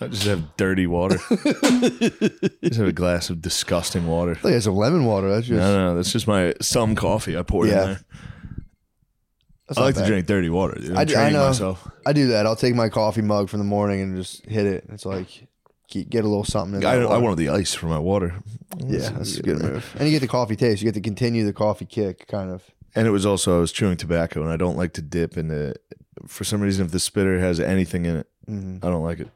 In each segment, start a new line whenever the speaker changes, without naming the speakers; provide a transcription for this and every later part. I just have dirty water. just have a glass of disgusting water.
Look, it's a lemon water. That's
No,
just.
no, no. That's just my some coffee I poured
Yeah.
in there.
that's
I
not
like to
bad.
drink dirty water. Dude. I'm
I d- I
training
know.
myself.
I do that. I'll take my coffee mug from the morning and just hit it. It's like keep, get a little something. In
I,
that
I
water.
wanted the ice for my water.
Yeah, that's a good move. And you get the coffee taste. You get to continue the coffee kick, kind of.
And it was also I was chewing tobacco, and I don't like to dip in the. For some reason, if the spitter has anything in it,
Mhm.
I don't like it.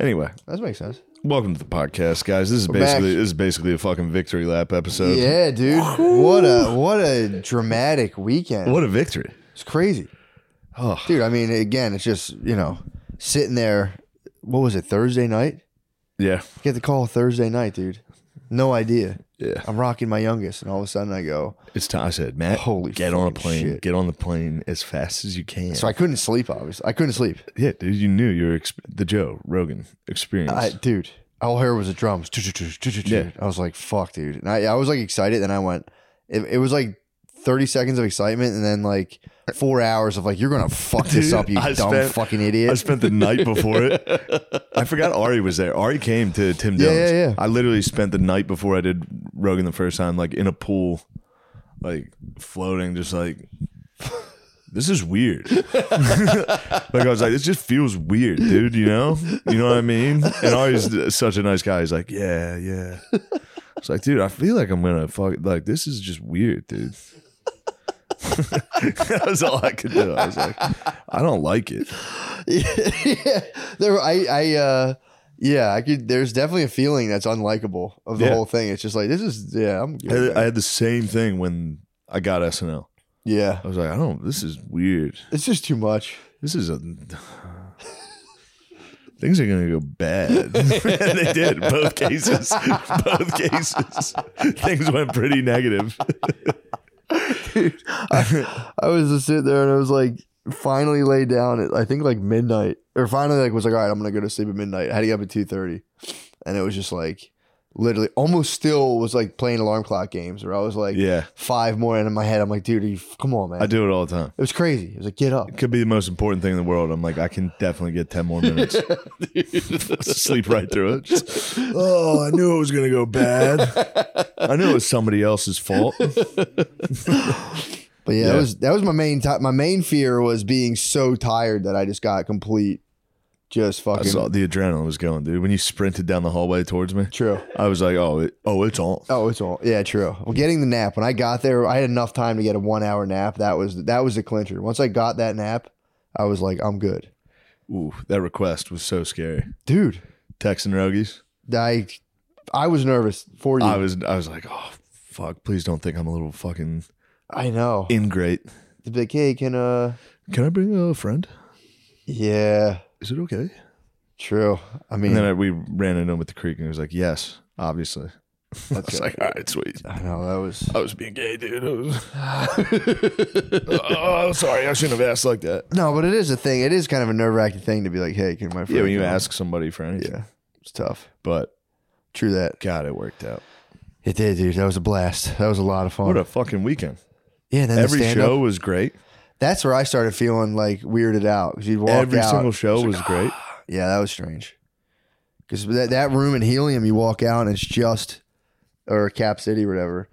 Anyway,
That makes sense.
welcome to the podcast, guys. This is
back.
basically this is basically a fucking victory lap episode.
Yeah, dude. What a what a dramatic weekend.
What a victory!
It's crazy,
Oh,
dude. I mean, again, it's just you know sitting there. What was it Thursday night?
yeah,
Get the call Thursday night, dude. No idea.
yeah.
I'm rocking my youngest, and all of a sudden I go.
It's time. I said, Matt,
Holy
get on a
fucking
plane.
shit.
Get on the plane as fast as you can.
So I couldn't sleep. Obviously, I couldn't sleep.
yeah, dude, you knew your exp- the Joe Rogan experience.
I, dude, all I heard was the drums.
Yeah.
I was like, fuck, dude. And I, I was like excited. Then I went, it, it was like 30 seconds of excitement and then like four hours of like, you're going to fuck this
Dude,
up, you
I
dumb
spent-
fucking
I
idiot.
spent the night before it. I forgot Ari was there. Ari came to Tim
Yeah,
Dillon's.
yeah, yeah.
I literally spent the night before I did Rogan the first time, like in a pool, like floating, just like this is weird. like I was like, this just feels weird, dude. You know, you know what I mean? And Ari's such a nice guy. He's like, yeah, yeah. I was like, dude, I feel like I'm gonna fuck. Like this is just weird, dude. that was all I could do. I was like, I don't like it.
yeah. There, were- I, I, uh, yeah, I could. There's definitely a feeling that's unlikable of the
Yeah.
whole thing. It's just like this is, yeah, I'm
I
good.
had, I had the same thing when I got SNL.
yeah,
I was like, I don't. This is weird.
it's just too much.
This is a. Things are gonna go bad. and they did. Both cases. Both cases. Things went pretty negative.
Dude, I, I was just sitting there and I was like, finally laid down at I think like midnight, or finally like was like, all right, I'm gonna go to sleep at midnight. I had to get up at two thirty, and it was just like, literally, almost still was like playing alarm clock games where I was like,
Yeah,
five more, and in my head I'm like, dude, are you, f- come on, man.
I do it all the time.
It was crazy. It was like, get up.
Could be the most important thing in the world. I'm like, I can definitely get ten more minutes. Sleep right through it. Just, oh, I knew it was gonna go bad. I knew it was somebody else's fault.
But yeah,
Yeah.
that was that was my main ti my main fear was being so tired that I just got complete, just
I
fucking
saw the adrenaline was going, dude. When you sprinted down the hallway towards me,
true.
I was like, oh, it, oh, it's on.
Oh, it's all yeah, true. Well, getting the nap when I got there, I had enough time to get a one hour nap. That was that was the clincher. Once I got that nap, I was like, I'm good,
Ooh, that request was so scary.
dude.
Texan Rogies.
I I was nervous for you.
I
I,
was, I was like, oh fuck, please don't think I'm a little fucking
know.
ingrate.
To be like, hey, can uh,
Can I bring a friend?
yeah,
Is it okay?
true. I mean,
And then I, we ran into him at the creek, and he was like, yes, obviously. I was
okay.
like, all right, sweet.
I know that was
I was being gay, dude. I was, oh, sorry, I shouldn't have asked like that.
no, but it is a thing. It is kind of a nerve wracking thing to be like, hey, can my friend?
Yeah, when you
come?
ask somebody for anything.
yeah, it's tough.
But
True that.
God, it worked out.
It did, dude. That was a blast. That was a lot of fun.
What a fucking weekend.
yeah, then the
Every
stand-up.
show was great.
That's where I started feeling like weirded out because you walked
Every
out. "Ah."
single show was great.
Yeah, that was strange. Because that, that room in Helium, you walk out and it's just, or Cap City, or whatever.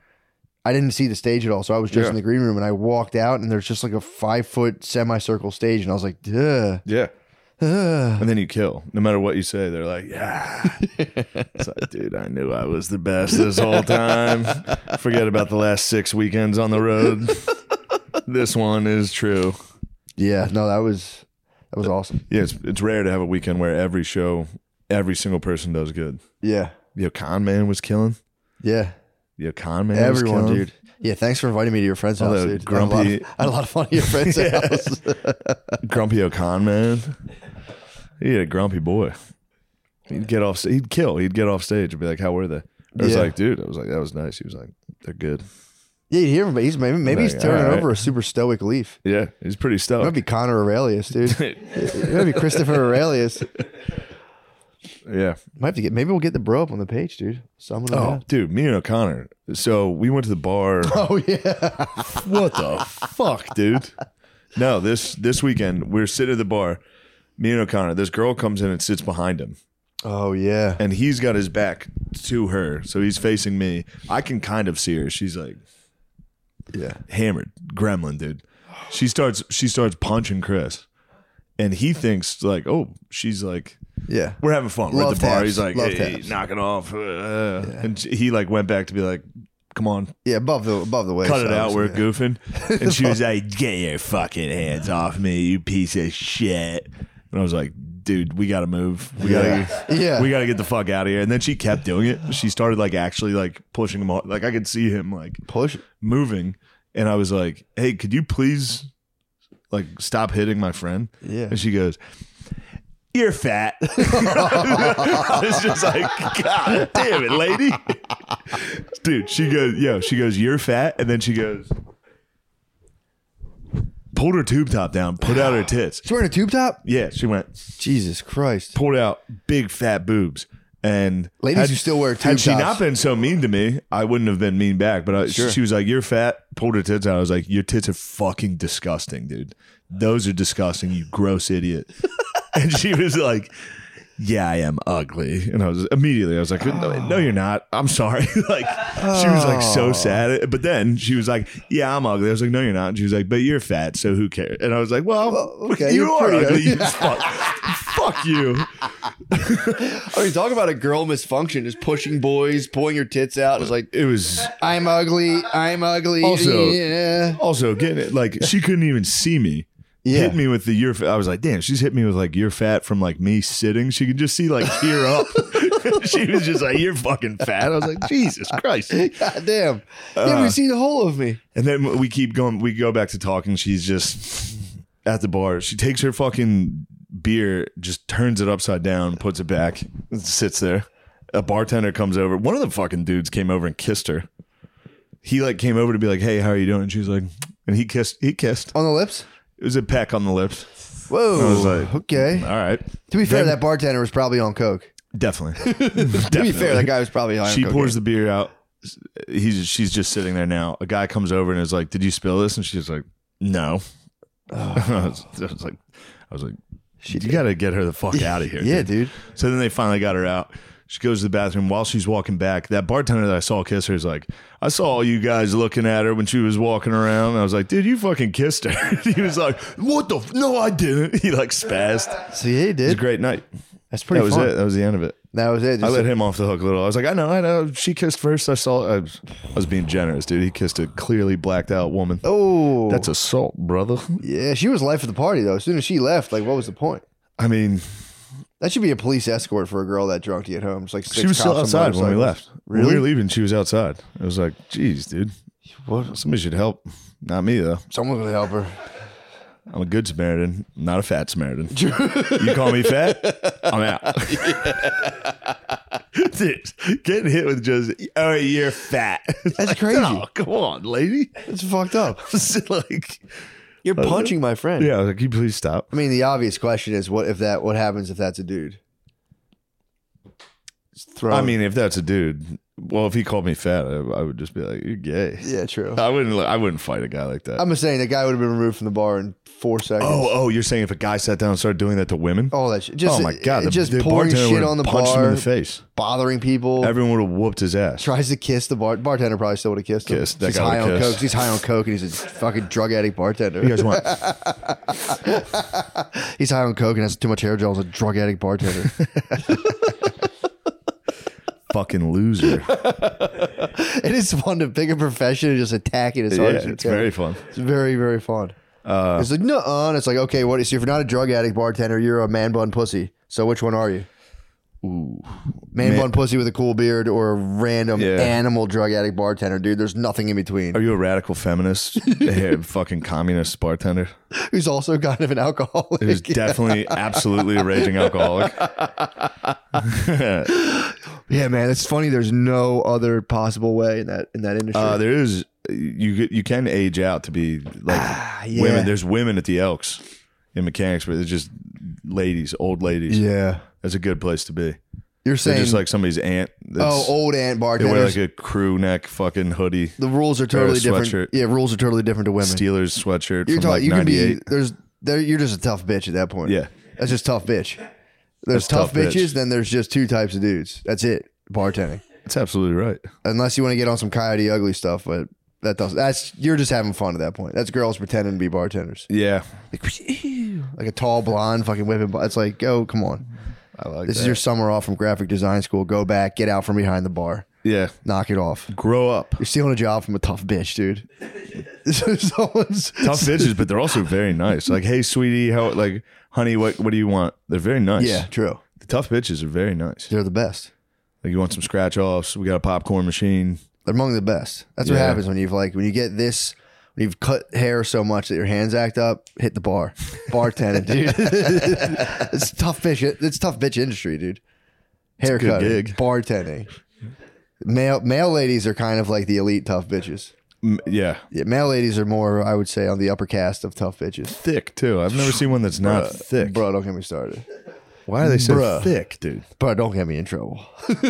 I didn't see the stage at all, so I was just
Yeah.
in the green room, and I walked out, and there's just like a five foot semicircle stage, and I was like, duh.
Yeah.
uh."
And then you kill. No matter what you say, they're like, yeah. it's like, dude, I knew I was the best this whole time. Forget about the last six weekends on the road. this one is true.
Yeah, no, that was that was awesome.
Yeah, it's, it's rare to have a weekend where every show, every single person does good.
Yeah,
Yo, Con Man was killing.
yeah,
Yo, Con Man was
everyone,
killing.
dude. Yeah, thanks for inviting me to your friend's
All
house,
the
dude. I had a lot of-
grumpy-
I had a lot of fun at your friend's house.
Grumpy O'Con Man. He had a grumpy boy. He'd get off. He'd kill. He'd get off stage and be like, "How were they?" I was
Yeah.
like, "Dude," I was like, "That was nice." He was like, "They're good."
Yeah, you hear him, but he's maybe maybe he's
Like,
turning
all right.
over a super stoic leaf.
Yeah, he's pretty
It
stoked.
might be Connor Aurelius, dude. it might be Christopher Aurelius.
yeah.
Might have to get. Maybe we'll get the bro up on the page, dude. Someone.
Oh, dude, me and O'Connor. So we went to the bar.
Oh yeah.
what the fuck, dude? No, this this weekend we're sitting at the bar. Me and O'Connor. This girl comes in and sits behind him,
Oh yeah.
and he's got his back to her, so he's facing me. I can kind of see her. She's like
Yeah.
hammered, gremlin, dude. She starts she starts punching Chris, and he thinks like, oh, she's like,
Yeah.
we're having fun. We're at
Love
the bar.
taps.
He's like,
Love
hey,
taps.
knock it off, uh, and he like went back to be like, come on,
Yeah, above the above the waist.
cut it out. We're
obviously.
goofing. And she was like, get your fucking hands off me, you piece of shit. And I was like, dude, we gotta move. We gotta,
Yeah. Yeah.
we gotta get the fuck out of here. And then she kept doing it. She started like actually like pushing him. Off. Like I could see him like
Push.
moving, and I was like, hey, could you please like stop hitting my friend?
Yeah.
And she goes. You're fat. I was just like, God damn it, lady. Dude, she goes, yo, she goes, you're fat. And then she goes, pulled her tube top down, put out her tits.
She's wearing a tube top.
Yeah, she went,
Jesus Christ.
pulled out big fat boobs. And
Ladies
had-
who still wear tube
Had she
tops.
not been so mean to me, I wouldn't have been mean back. But I, she was like, "You're fat." Pulled her tits out. I was like, "Your tits are fucking disgusting, dude. Those are disgusting. You gross idiot." and she was like, "Yeah, I am ugly." And I was immediately, I was like, "No,
Oh.
no, you're not. I'm sorry." like she was like so sad. But then she was like, "Yeah, I'm ugly." I was like, "No, you're not." And she was like, "But you're fat, so who cares?" And I was like, "Well,
Well, okay,
you
you're
are
pretty
ugly.
ugly.
you fuck, fuck you."
I mean, talk about a girl misfunction. Just pushing boys, pulling your tits out. It's like
It was
I'm ugly. I'm ugly.
Also-
yeah.
Also, getting it like she couldn't even see me.
Yeah.
Hit me with the you're. Fat. I was like, damn, she's hit me with like you're fat from like me sitting. She could just see like tear up. she was just like, you're fucking fat. I was like, Jesus Christ.
God damn. You haven't even seen the whole of me.
And then we keep going. We go back to talking. She's just at the bar. She takes her fucking beer, just turns it upside down, puts it back, and sits there. A bartender comes over. One of the fucking dudes came over and kissed her. He like came over to be like, hey, how are you doing? And she's like, and he kissed. He kissed.
On the lips?
It was a peck on the lips.
Whoa.
I was like,
okay.
All right.
To be fair,
Then-
that bartender was probably on coke.
Definitely.
To be fair, that guy was probably on
She
coke.
pours the beer out. He's she's just sitting there now. A guy comes over and is like, "Did you spill this?" And she's like, "No." I, was, I was like, "I was like, you got to get her the fuck out of here."
Yeah, dude.
So then they finally got her out. She goes to the bathroom. While she's walking back, that bartender that I saw kiss her is like, I saw all you guys looking at her when she was walking around. And I was like, dude, you fucking kissed her. he was like, what the? F- no, I didn't. He like spazzed. It
So yeah, he
was a
did.
great night.
That's
That
pretty
was
fun.
it. That was the end of it.
That was it.
I
Just
let him off the hook a little. I was like, I know, I know. She kissed first. I saw. I was, I was being generous, dude. He kissed a clearly blacked out woman.
Oh,
That's assault, brother.
yeah. She was life of the party though. As soon as she left, like, what was the point?
I mean,
That should be a police escort for a girl that drunk to get home. It's like six
she was still
cops on
outside when we
motorcycles.
left. When we were leaving, she was outside. I was like, geez, dude.
What?
Somebody should help. Not me though.
Someone would help her.
I'm a good Samaritan, not a fat Samaritan. you call me fat, I'm out. Dude, getting hit with just oh you're fat. It's
That's
like,
crazy.
"Oh, come on, lady.
It's fucked up.
It's like,
You're punching my friend.
Uh, yeah, I was like, can you please stop?
I mean, the obvious question is, what if that? What happens if that's a dude? Just Throw.
I mean, if that's a dude, well, if he called me fat, I, I would just be like, you're gay.
yeah, true.
I wouldn't. I wouldn't fight a guy like that.
I'm just saying that guy would have been removed from the bar in four seconds.
oh, oh, you're saying if a guy sat down and started doing that to women?
all that shit. Just, uh,
oh my god, the,
just
the
pouring
bartender
shit
would've
on the
punched
bar,
him in the face.
bothering people.
Everyone would have whooped his ass.
tries to kiss the bar- bartender. Probably still would have kissed him.
Kissed. That
he's
guy would've
high on
kissed.
coke. He's high on coke, and he's a fucking drug addict bartender.
You guys want?
He's high on coke and has too much hair gel. He's a drug addict bartender.
fucking loser.
it is fun to pick a profession and just attack it as hard
Yeah,
as you
it's
can.
very fun.
it's very, very fun. it's like no, uh, it's like okay, what? So if you're not a drug addict bartender, you're a man bun pussy. So which one are you?
Ooh.
Man, bun pussy with a cool beard or a random
Yeah.
animal drug addict bartender, dude. There's nothing in between.
Are you a radical feminist? Hey, fucking communist bartender.
Who's also kind of an alcoholic.
Who's definitely, absolutely a raging alcoholic.
yeah, man, it's funny. There's no other possible way in that in that industry.
Uh, there is you get- you can age out to be like
Ah, yeah.
women. There's women at the Elks in mechanics, but it's just ladies, old ladies.
yeah,
That's a good place to be.
you're
They're
saying
just like somebody's aunt. That's,
oh, old aunt
they wear
bartenders.
like a crew neck fucking hoodie,
the rules are totally different.
sweatshirt.
Yeah, rules are totally different to women.
Steelers sweatshirt
You're
from
talking.
like
you can be.
'98.
There's. There, you're just a tough bitch at that point.
Yeah.
That's just tough bitch. There's
That's tough
tough,
bitch.
bitches, then there's just two types of dudes. That's it. Bartending.
That's absolutely right.
Unless you want to get on some coyote ugly stuff, but that doesn't that's you're just having fun at that point. That's girls pretending to be bartenders.
Yeah,
Like, ew, like a tall blonde fucking whipping bar- it's like, oh come on.
I like
This
that.
is your summer off from graphic design school. Go back, get out from behind the bar.
yeah,
Knock it off.
grow up.
You're stealing a job from a tough bitch, dude. Someone's
Tough bitches, but they're also very nice. Like, hey, sweetie, how? Like, honey, what? What do you want? They're very nice.
Yeah, true.
the tough bitches are very nice.
They're the best.
Like, you want some scratch offs? We got a popcorn machine.
They're among the best. That's what
Yeah.
happens when you've like when you get this when you've cut hair so much that your hands act up. Hit the bar, bartending, dude. it's tough fish. It's tough bitch industry, dude.
a good
Haircut,
gig.
bartending. Male male ladies are kind of like the elite tough bitches.
M- yeah,
Yeah, male ladies are more, I would say, on the upper cast of tough bitches.
thick too. I've never seen one that's not thick.
Bro, Uh, don't get me started.
Why are they so
Bruh.
thick, dude?
Bro, don't get me in trouble.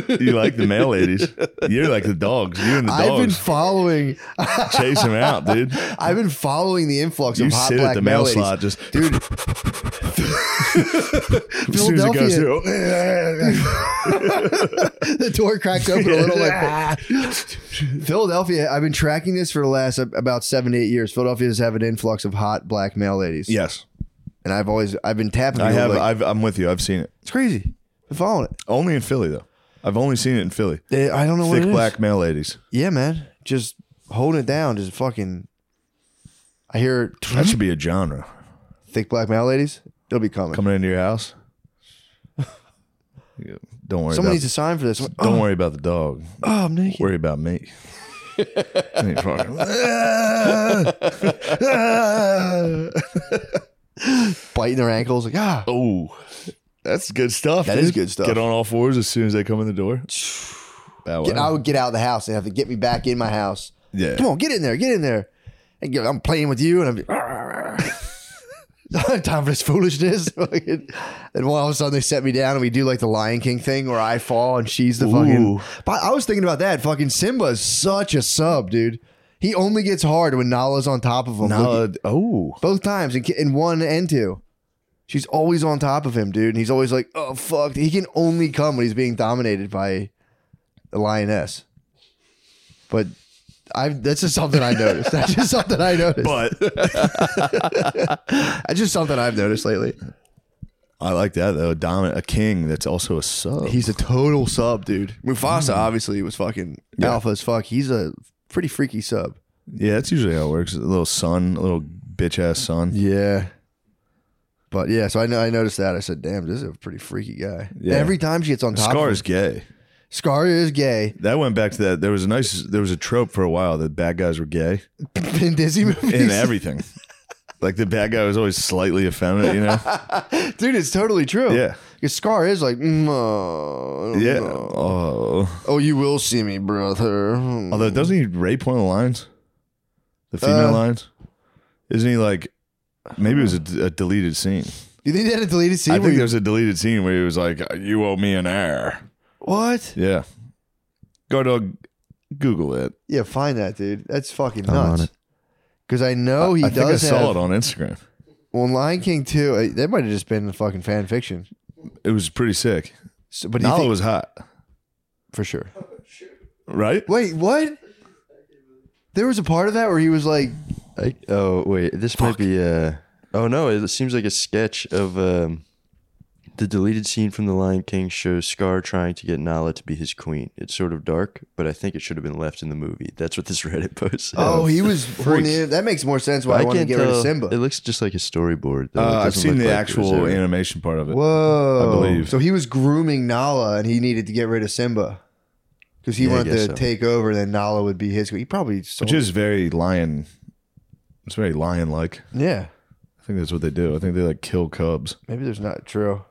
You like the male ladies? You're like the dogs. You and the
I've been
dogs
following.
chase them out, dude.
I've been following the influx
You
of hot
sit
black
at the mail
male ladies.
slot, just
dude.
as soon as it
Philadelphia,
goes through.
the door cracked open a little. Like Philadelphia, I've been tracking this for the last ab- about seven to eight years. Philadelphia has have an influx of hot black male ladies.
Yes,
and I've always I've been tapping.
I
people,
have. uh,
like,
I've, I'm with you. I've seen it.
it's crazy. Been following it.
Only in Philly though. I've only seen it in Philly.
They- I don't know what
Thick
it is.
black male ladies.
Yeah, man, just holding it down. Just fucking. I hear
That should be a genre.
thick black male ladies. They'll be coming.
Coming into your house. Yeah, Don't worry.
Someone
About,
needs to sign for this. I'm like,
don't worry about the dog.
Oh, I'm naked.
Worry about me. And he fucking-
biting their ankles. Like, ah,
oh, that's good stuff.
That
dude.
is good stuff.
Get on all fours as soon as they come in the door. Bow
get, I
wow.
would get out of the house. They have to get me back in my house.
Yeah.
Come on, get in there, get in there. And go, I'm playing with you, and I'm. like, Time for this foolishness. Fucking- and all of a sudden, they set me down, and we do like the Lion King thing where I fall and she's the fucking.
Ooh.
But I was thinking about that. Fucking Simba is such a sub, dude. He only gets hard when Nala's on top of him. Look-
Nala, oh,
both times in, in one and two. She's always on top of him, dude, and he's always like, "Oh fuck!" He can only come when he's being dominated by the lioness. But I that's just something I noticed. That's just something I noticed.
but
That's just something I've noticed lately.
I like that though. A dominant, a king that's also a sub.
He's a total sub, dude. Mufasa
Hmm.
obviously was fucking alpha as fuck. He's a pretty freaky sub.
yeah, that's usually how it works. A little son, a little bitch ass son.
Yeah. But yeah, so I know I noticed that. I said, "Damn, this is a pretty freaky guy."
Yeah.
Every time she gets on top,
Scar
of
is
him,
gay.
Scar is gay.
That went back to that. There was a nice. There was a trope for a while that bad guys were gay
in Disney movies.
in everything. like the bad guy was always slightly effeminate. You know.
Dude, it's totally true.
Yeah.
Because Scar is like, mm, oh, I don't
Yeah.
know.
Oh.
Oh, you will see me, brother. Hmm.
Although doesn't he rape one of the lions? The female
Uh,
lions. Isn't he like? Maybe it was a, a deleted scene.
you think they had a deleted scene?
I
where
think
you-
there was a deleted scene where he was like, "Uh, "You owe me an heir."
what?
Yeah. Go to Google it.
Yeah, find that, dude. That's fucking
I'm on
nuts. Because I know he
I think I
does
saw
have.
it on Instagram.
Well, in Lion King too. uh, That might have just been fucking fan fiction.
It was pretty sick.
So, but do you
Nala
think,
was hot,
for sure.
right?
Wait, what? There was a part of that where he was like,
I, oh wait, this might be. Uh, oh no, it seems like a sketch of um, the deleted scene from The Lion King shows Scar trying to get Nala to be his queen. It's sort of dark, but I think it should have been left in the movie. That's what this Reddit post. said.
"Oh, he was." horny. That makes more sense why I, wanted to get rid of Simba.
It looks just like a storyboard. Though. It
Uh, I've
doesn't
seen
look
the
like it was
actual
ever-
animation part of it.
Whoa.
I believe.
So he was grooming Nala and he needed to get rid of Simba. Because he
Yeah, I
wanted to
guess so.
take over, then Nala would be his. He probably sold,
Which is very lion. It's very lion like.
yeah.
I think that's what they do. I think they like kill cubs.
Maybe there's not true.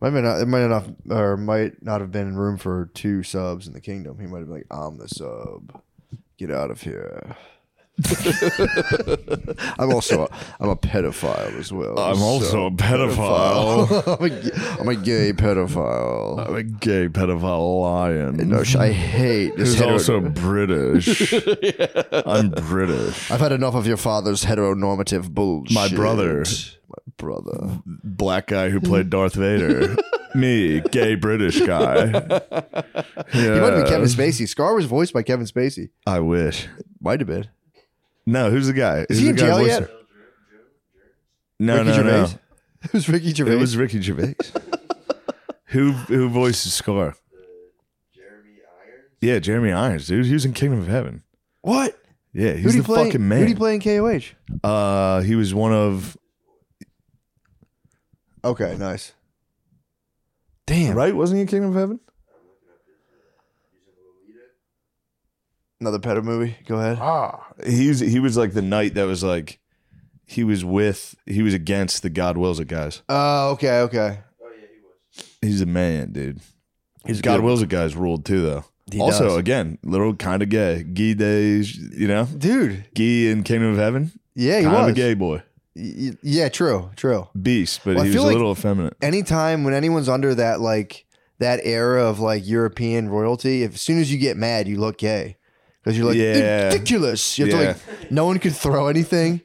Might be not. It might not or might not have been room for two subs in the kingdom. He might have been like, "I'm the sub. Get out of here." I'm also a, I'm a pedophile as well.
I'm also a pedophile.
I'm, a, g- I'm a gay pedophile.
I'm a gay pedophile lion.
No, sh- I hate this.
Who's
hetero-
also British. I'm British.
I've had enough of your father's heteronormative bullshit.
My brother.
brother.
black guy who played Darth Vader. Me, gay British guy.
He might have been
Yeah.
Kevin Spacey. Scar was voiced by Kevin Spacey.
I wish.
Might have been.
No, who's the guy? Who's
Is he
the
in
guy
jail
voicing-
yet?
No,
Ricky
no, no.
Gervais? It was Ricky Gervais.
It was Ricky Gervais. who who voices Scar? Yeah, Jeremy Irons, dude. He was in Kingdom of Heaven.
what?
Yeah,
Who
he's
do you
the
play?
fucking
Who
man.
do you play in KOH?
Uh, he was one of
Okay, nice. Damn.
right. Wasn't he in Kingdom of Heaven?
Another pedo movie. Go ahead.
Ah, he's he was like the knight that was like he was with he was against the God wills it guys.
Oh, okay, okay.
He's a man, dude.
He's
God
good.
wills it guys ruled too though.
He
also,
does.
again, little kind of gay, gay days, you know,
Dude.
gay in Kingdom of Heaven,
Yeah, he
kind
was.
of a gay boy,
Y- y- yeah, true, true.
beast, but
Well, I
he was
feel
a
like-
little effeminate.
anytime when anyone's under that like that era of like European royalty, if, as soon as you get mad, you look gay because you're like
Yeah.
ridiculous. You have to like no one could throw anything.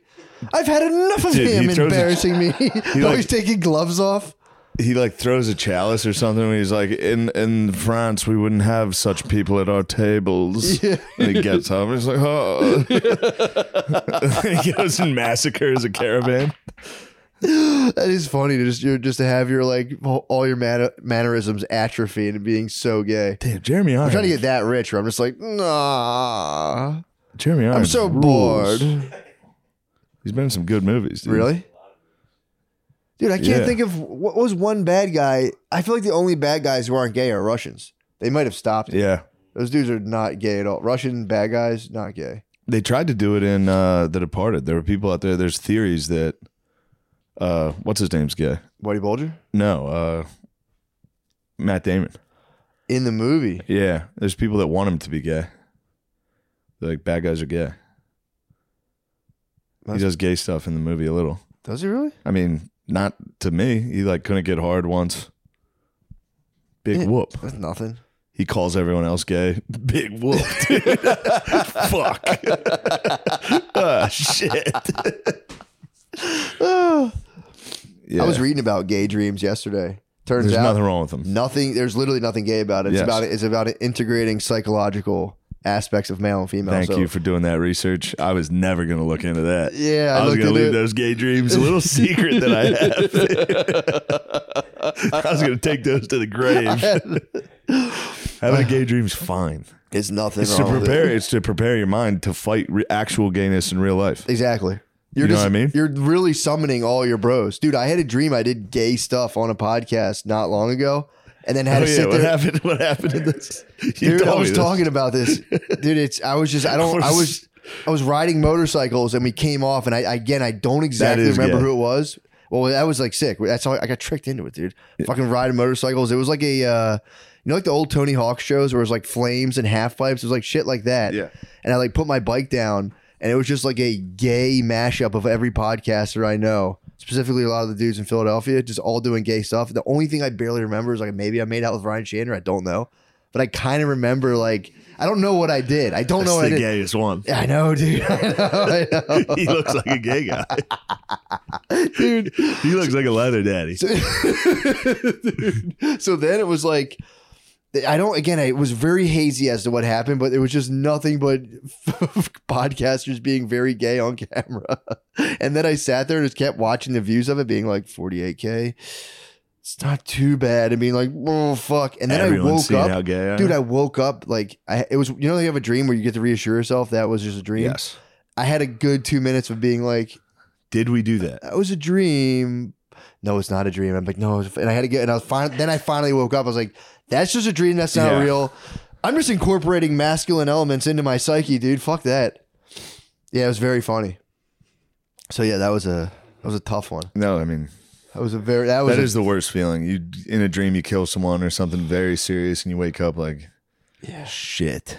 I've had enough of
Dude, he
him
throws a-
embarrassing me. Always
like-
taking gloves off.
He like throws a chalice or something. And he's like, in in France, we wouldn't have such people at our tables.
Yeah.
And he gets up. And he's like, oh. he goes and massacres a caravan.
That is funny to just you're, just to have your like all all your man- mannerisms atrophy and being so gay.
Damn, Jeremy Irons.
I'm trying to get that rich, where I'm just like, nah.
Jeremy Irons.
I'm so
rules.
bored.
He's been in some good movies. Dude.
Really? Dude, I can't
Yeah.
think of what was one bad guy. I feel like the only bad guys who aren't gay are Russians. They might have stopped. it.
Yeah.
Those dudes are not gay at all. Russian bad guys, not gay.
they tried to do it in uh, The Departed. There were people out there. There's theories that uh, what's his name's gay?
Whitey Bulger
No, uh, Matt Damon.
in the movie.
Yeah, there's people that want him to be gay. They're like bad guys are gay. He
That's-
does gay stuff in the movie a little.
Does he really?
I mean, not to me. He like couldn't get hard once. Big
Yeah.
whoop.
That's nothing.
He calls everyone else gay. Big whoop, dude. Fuck. Ah, shit. Yeah.
I was reading about gay dreams yesterday. Turns
There's
out
nothing wrong with them.
nothing- There's literally nothing gay about it. It's
Yes.
about it's about integrating psychological aspects of male and female.
Thank
So-
you for doing that research. I was never going to look into that.
Yeah, I
I, was
looked
going to leave
into it.
those gay dreams a little secret that I have. I was going to take those to the grave. Having a gay dream's fine.
It's nothing.
It's to
wrong with it.
prepare. It's to prepare your mind to fight re- actual gayness in real life.
Exactly. You're
know
just,
what I mean?
You're really summoning all your bros. Dude, I had a dream I did gay stuff on a podcast not long ago and then had
Oh
to
yeah,
sit
what
there.
happened? What happened to this? You
Dude, I
told me
was
this.
talking about this. Dude, it's I was just I don't I was I was riding motorcycles and we came off and I again I don't exactly
is
remember
gay.
who it was. Well, that was like sick. That's how I got tricked into it, dude. Fucking riding motorcycles. It was like a uh you know like the old Tony Hawk shows where it was like flames and half pipes. It was like shit like that.
Yeah.
And I like put my bike down and it was just like a gay mashup of every podcaster I know. Specifically, a lot of the dudes in Philadelphia just all doing gay stuff. The only thing I barely remember is like maybe I made out with Ryan Shander. I don't know, but I kind of remember like I don't know what I did. I don't know
That's
what
the
I did.
gayest one.
I know, dude. I know. I know.
he looks like a gay guy, dude. He looks like a leather daddy.
Dude. So then it was like, I don't, again, it was very hazy as to what happened, but it was just nothing but podcasters being very gay on camera. And then I sat there and just kept watching the views of it being like 48K. It's not too bad. And being like, oh, fuck. And then
Everyone's
I woke
seeing
up.
how gay I am.
Dude, I woke up like I it was you know you have a dream where you get to reassure yourself that was just a dream.
yes.
I had a good 2 minutes of being like
Did we do that?
that was a dream. No, it's not a dream. I'm like, no, it's- and I had to get, and I was fine. Then I finally woke up. I was like, that's just a dream. That's not
Yeah.
real. I'm just incorporating masculine elements into my psyche, dude. Fuck that. Yeah, it was very funny. So yeah, that was a that was a tough one.
No, I mean
That was a very that was
that
a-
is the worst feeling. You in a dream you kill someone or something very serious, and you wake up like, yeah, shit.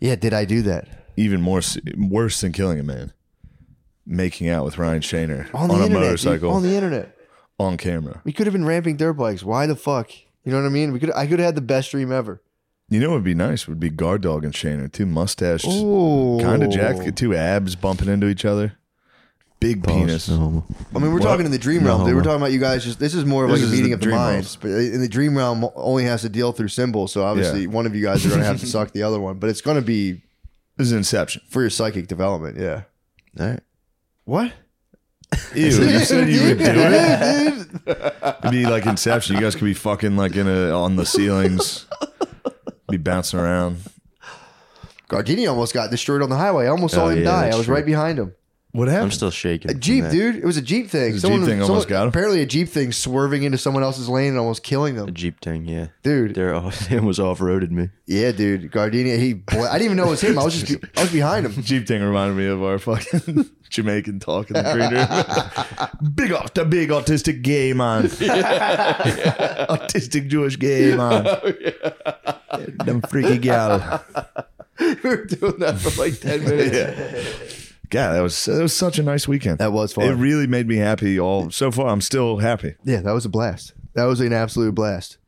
yeah. Did I do that?
Even more se- worse than killing a man, making out with Ryan Shaner
On
on,
the
a
internet, dude.
motorcycle
on
on,
the internet,
camera.
we could have been ramping dirt bikes. Why the fuck? You know what I mean? We could. I could have had the best dream ever.
You know what would be nice would be guard dog and Shaner, two mustached,
Oh,
kind of jacked, two abs bumping into each other. big
Pause.
penis.
No homo.
I mean, we're
What?
talking in the dream
No
realm, dude. We're
homo.
talking about you guys. Just this is more of
This
like a
is
meeting
the
of the
dream
minds. But in the dream realm, only has to deal through symbols. So obviously,
Yeah.
one of you guys are going to have to suck the other one. But it's going to be
This is Inception.
for your psychic development. Yeah.
All right.
What?
Ew, you said you would do it.
it.
It'd be like Inception. You guys could be fucking like in a on the ceilings, be bouncing around.
Gardini almost got destroyed on the highway. I almost saw
Oh,
him
yeah,
die. I
that's
was
true.
right behind him.
What
I'm
happened?
still shaking.
A
from
Uh, jeep,
that.
dude. It was a jeep thing.
It was a
someone,
Jeep thing
someone-
almost got him.
Apparently, a jeep thing swerving into someone else's lane and almost killing
A
them,
jeep thing, yeah.
dude.
They're all, they almost off-roaded me.
Yeah, dude. Gardini. He. Bla- I didn't even know it was him. I was just. I was behind him.
Jeep thing reminded me of our fucking Jamaican talk in the green room. big off the big autistic gay man. autistic Jewish
Oh,
gay man. Them freaky gal.
we were doing that for like ten minutes.
God, that was that was such a nice weekend.
That was fun.
It really made me happy. All so far, I'm still happy.
Yeah, that was a blast. That was an absolute blast.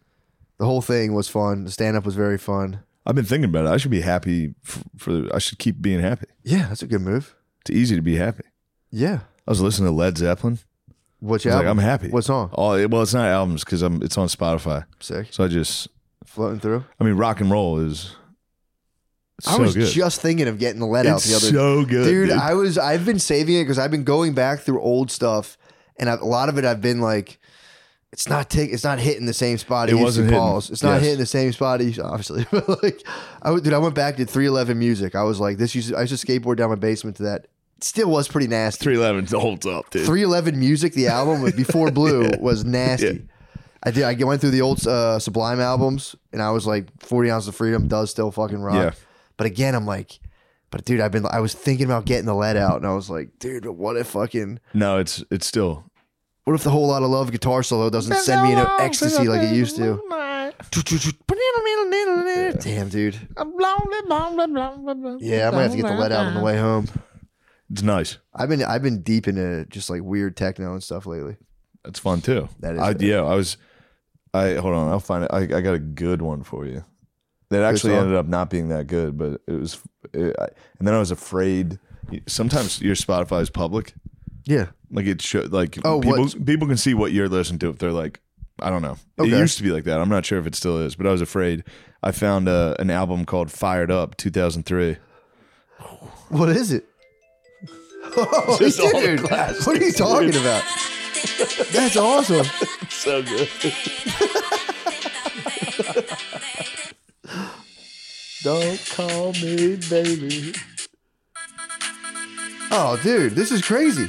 The whole thing was fun. The stand up was very fun.
I've been thinking about it. I should be happy for. for I should keep being happy.
Yeah, that's a good move.
It's easy to be happy.
Yeah.
I was listening to Led Zeppelin.
What
I
you
was like, I'm
album?
happy.
What song?
Oh, it, well, it's not albums because I'm. It's on Spotify.
Sick.
So I just.
Floating through.
I mean, rock and roll is. It's
I
so
was
good.
just thinking of getting the lead out
it's
the other
so good,
dude,
dude.
I was I've been saving it because I've been going back through old stuff, and I've, a lot of it I've been like, it's not tick, it's not hitting the same spot.
It
used to,
wasn't hitting.
Paul's. It's not
Yes.
hitting the same spot. it used to- Obviously, but like, I w- dude, I went back to three eleven music. I was like, this used to- I used to skateboard down my basement to that. It still was pretty nasty.
Three Eleven holds up, dude.
Three eleven music, the album was before Blue was nasty. I did. I went through the old uh, Sublime albums, and I was like, Forty Ounces of Freedom does still fucking rock.
Yeah.
But again, I'm like, but dude, I've been. I was thinking about getting the lead out, and I was like, dude, what if fucking?
No, it's it's still.
What if the whole lot of love guitar solo doesn't send me into ecstasy like it used to? Damn, dude. Yeah, I might have to get the lead out on the way home.
It's nice.
I've been I've been deep into just like weird techno and stuff lately.
It's fun too.
That is
I,
good.
yeah, I was. I hold on. I'll find it. I, I got a good one for you. That actually
song?
ended up not being that good, but it was. It, I, and then I was afraid. Sometimes your Spotify is public.
Yeah.
Like it should. Like
Oh,
people
what-
people can see what you're listening to if they're like. I don't know. It
Okay.
used to be like that. I'm not sure if it still is, but I was afraid. I found uh, an album called Fired Up 2003.
What is it? Oh, dude, what are you talking about? That's awesome.
So good.
Don't call me baby. Oh, dude, this is crazy.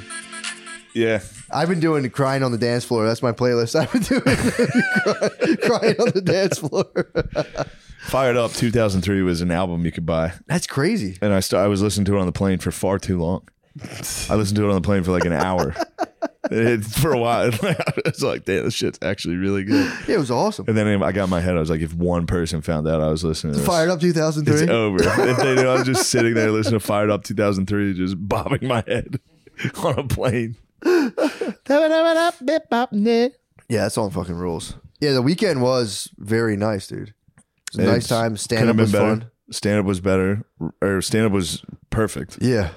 Yeah.
I've been doing crying on the dance floor. That's my playlist. I've been doing crying on the dance floor.
Fired Up 2003 was an album you could buy.
That's crazy.
and I st- I was listening to it on the plane for far too long. I listened to it on the plane for like an hour. It- for a while, I was like, "Damn, this shit's actually really good."
Yeah, it was awesome.
And then I got in my head. I was like, "If one person found out I was listening to this,
Fired up
it's uh,
2003.
over." if they knew I was just sitting there listening to "Fired Up 2003," just bobbing my head on a plane.
Yeah, that song fucking rules. Yeah, the weekend was very nice, dude. It was a nice
It's-
time. Stand
Couldn't
up
have been
was
better.
fun.
Stand up was better, or stand up was perfect.
Yeah,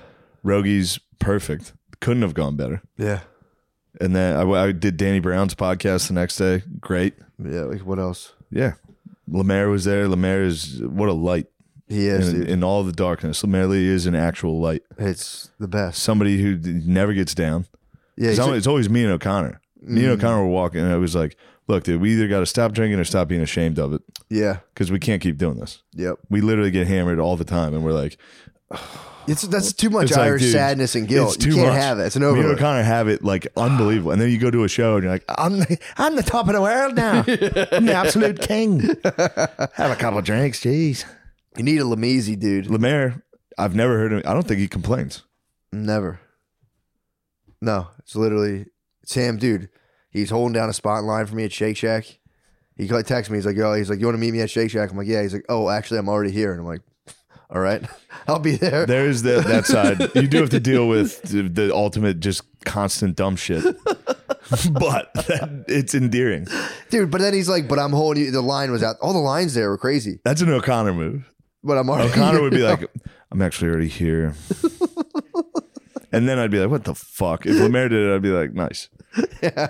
Rogies perfect. Couldn't have gone better.
yeah,
And then I, I did Danny Brown's podcast the next day. Great.
yeah. Like what else?
Yeah. Lemaire was there. Lemaire is what a light
He is,
in,
dude.
in all the darkness. Lemaire Lee is an actual light.
It's the best.
Somebody who d- never gets down.
Yeah,
It's,
he's Mm.
al- it's always me and O'Connor. Me and O'Connor were walking, and I was like, "Look, dude, we either got to stop drinking or stop being ashamed of it,
yeah,
because we can't keep doing this.
yep.
We literally get hammered all the time, and we're like,
It's that's too much
It's like,
Irish
dude,
sadness and guilt.
it's
you
too
can't
much.
have it. It's an
me and
overload.
O'Connor have it like unbelievable." And then you go to a show, and you're like, "I'm the, I'm the top of the world now. I'm the absolute king. Have a couple drinks, jeez."
You need a Lamisi, dude.
Lemaire, I've never heard him. I don't think he complains.
Never. No, it's literally it's him, dude. He's holding down a spot in line for me at Shake Shack. He called- texted me. He's like, "Yo," he's like, "You want to meet me at Shake Shack?" I'm like, "Yeah." He's like, "Oh, actually, I'm already here." And I'm like, "All right, I'll be there."
There is the, that side. You do have to deal with the, the ultimate, just constant dumb shit. but that, it's endearing.
dude. But then he's like, "But I'm holding you." The line was out. All the lines there were crazy.
That's an O'Connor move.
But I'm already.
O'Connor would be
here.
like, "I'm actually already here." And then I'd be like, what the fuck? If Lemaire did it, I'd be like, nice.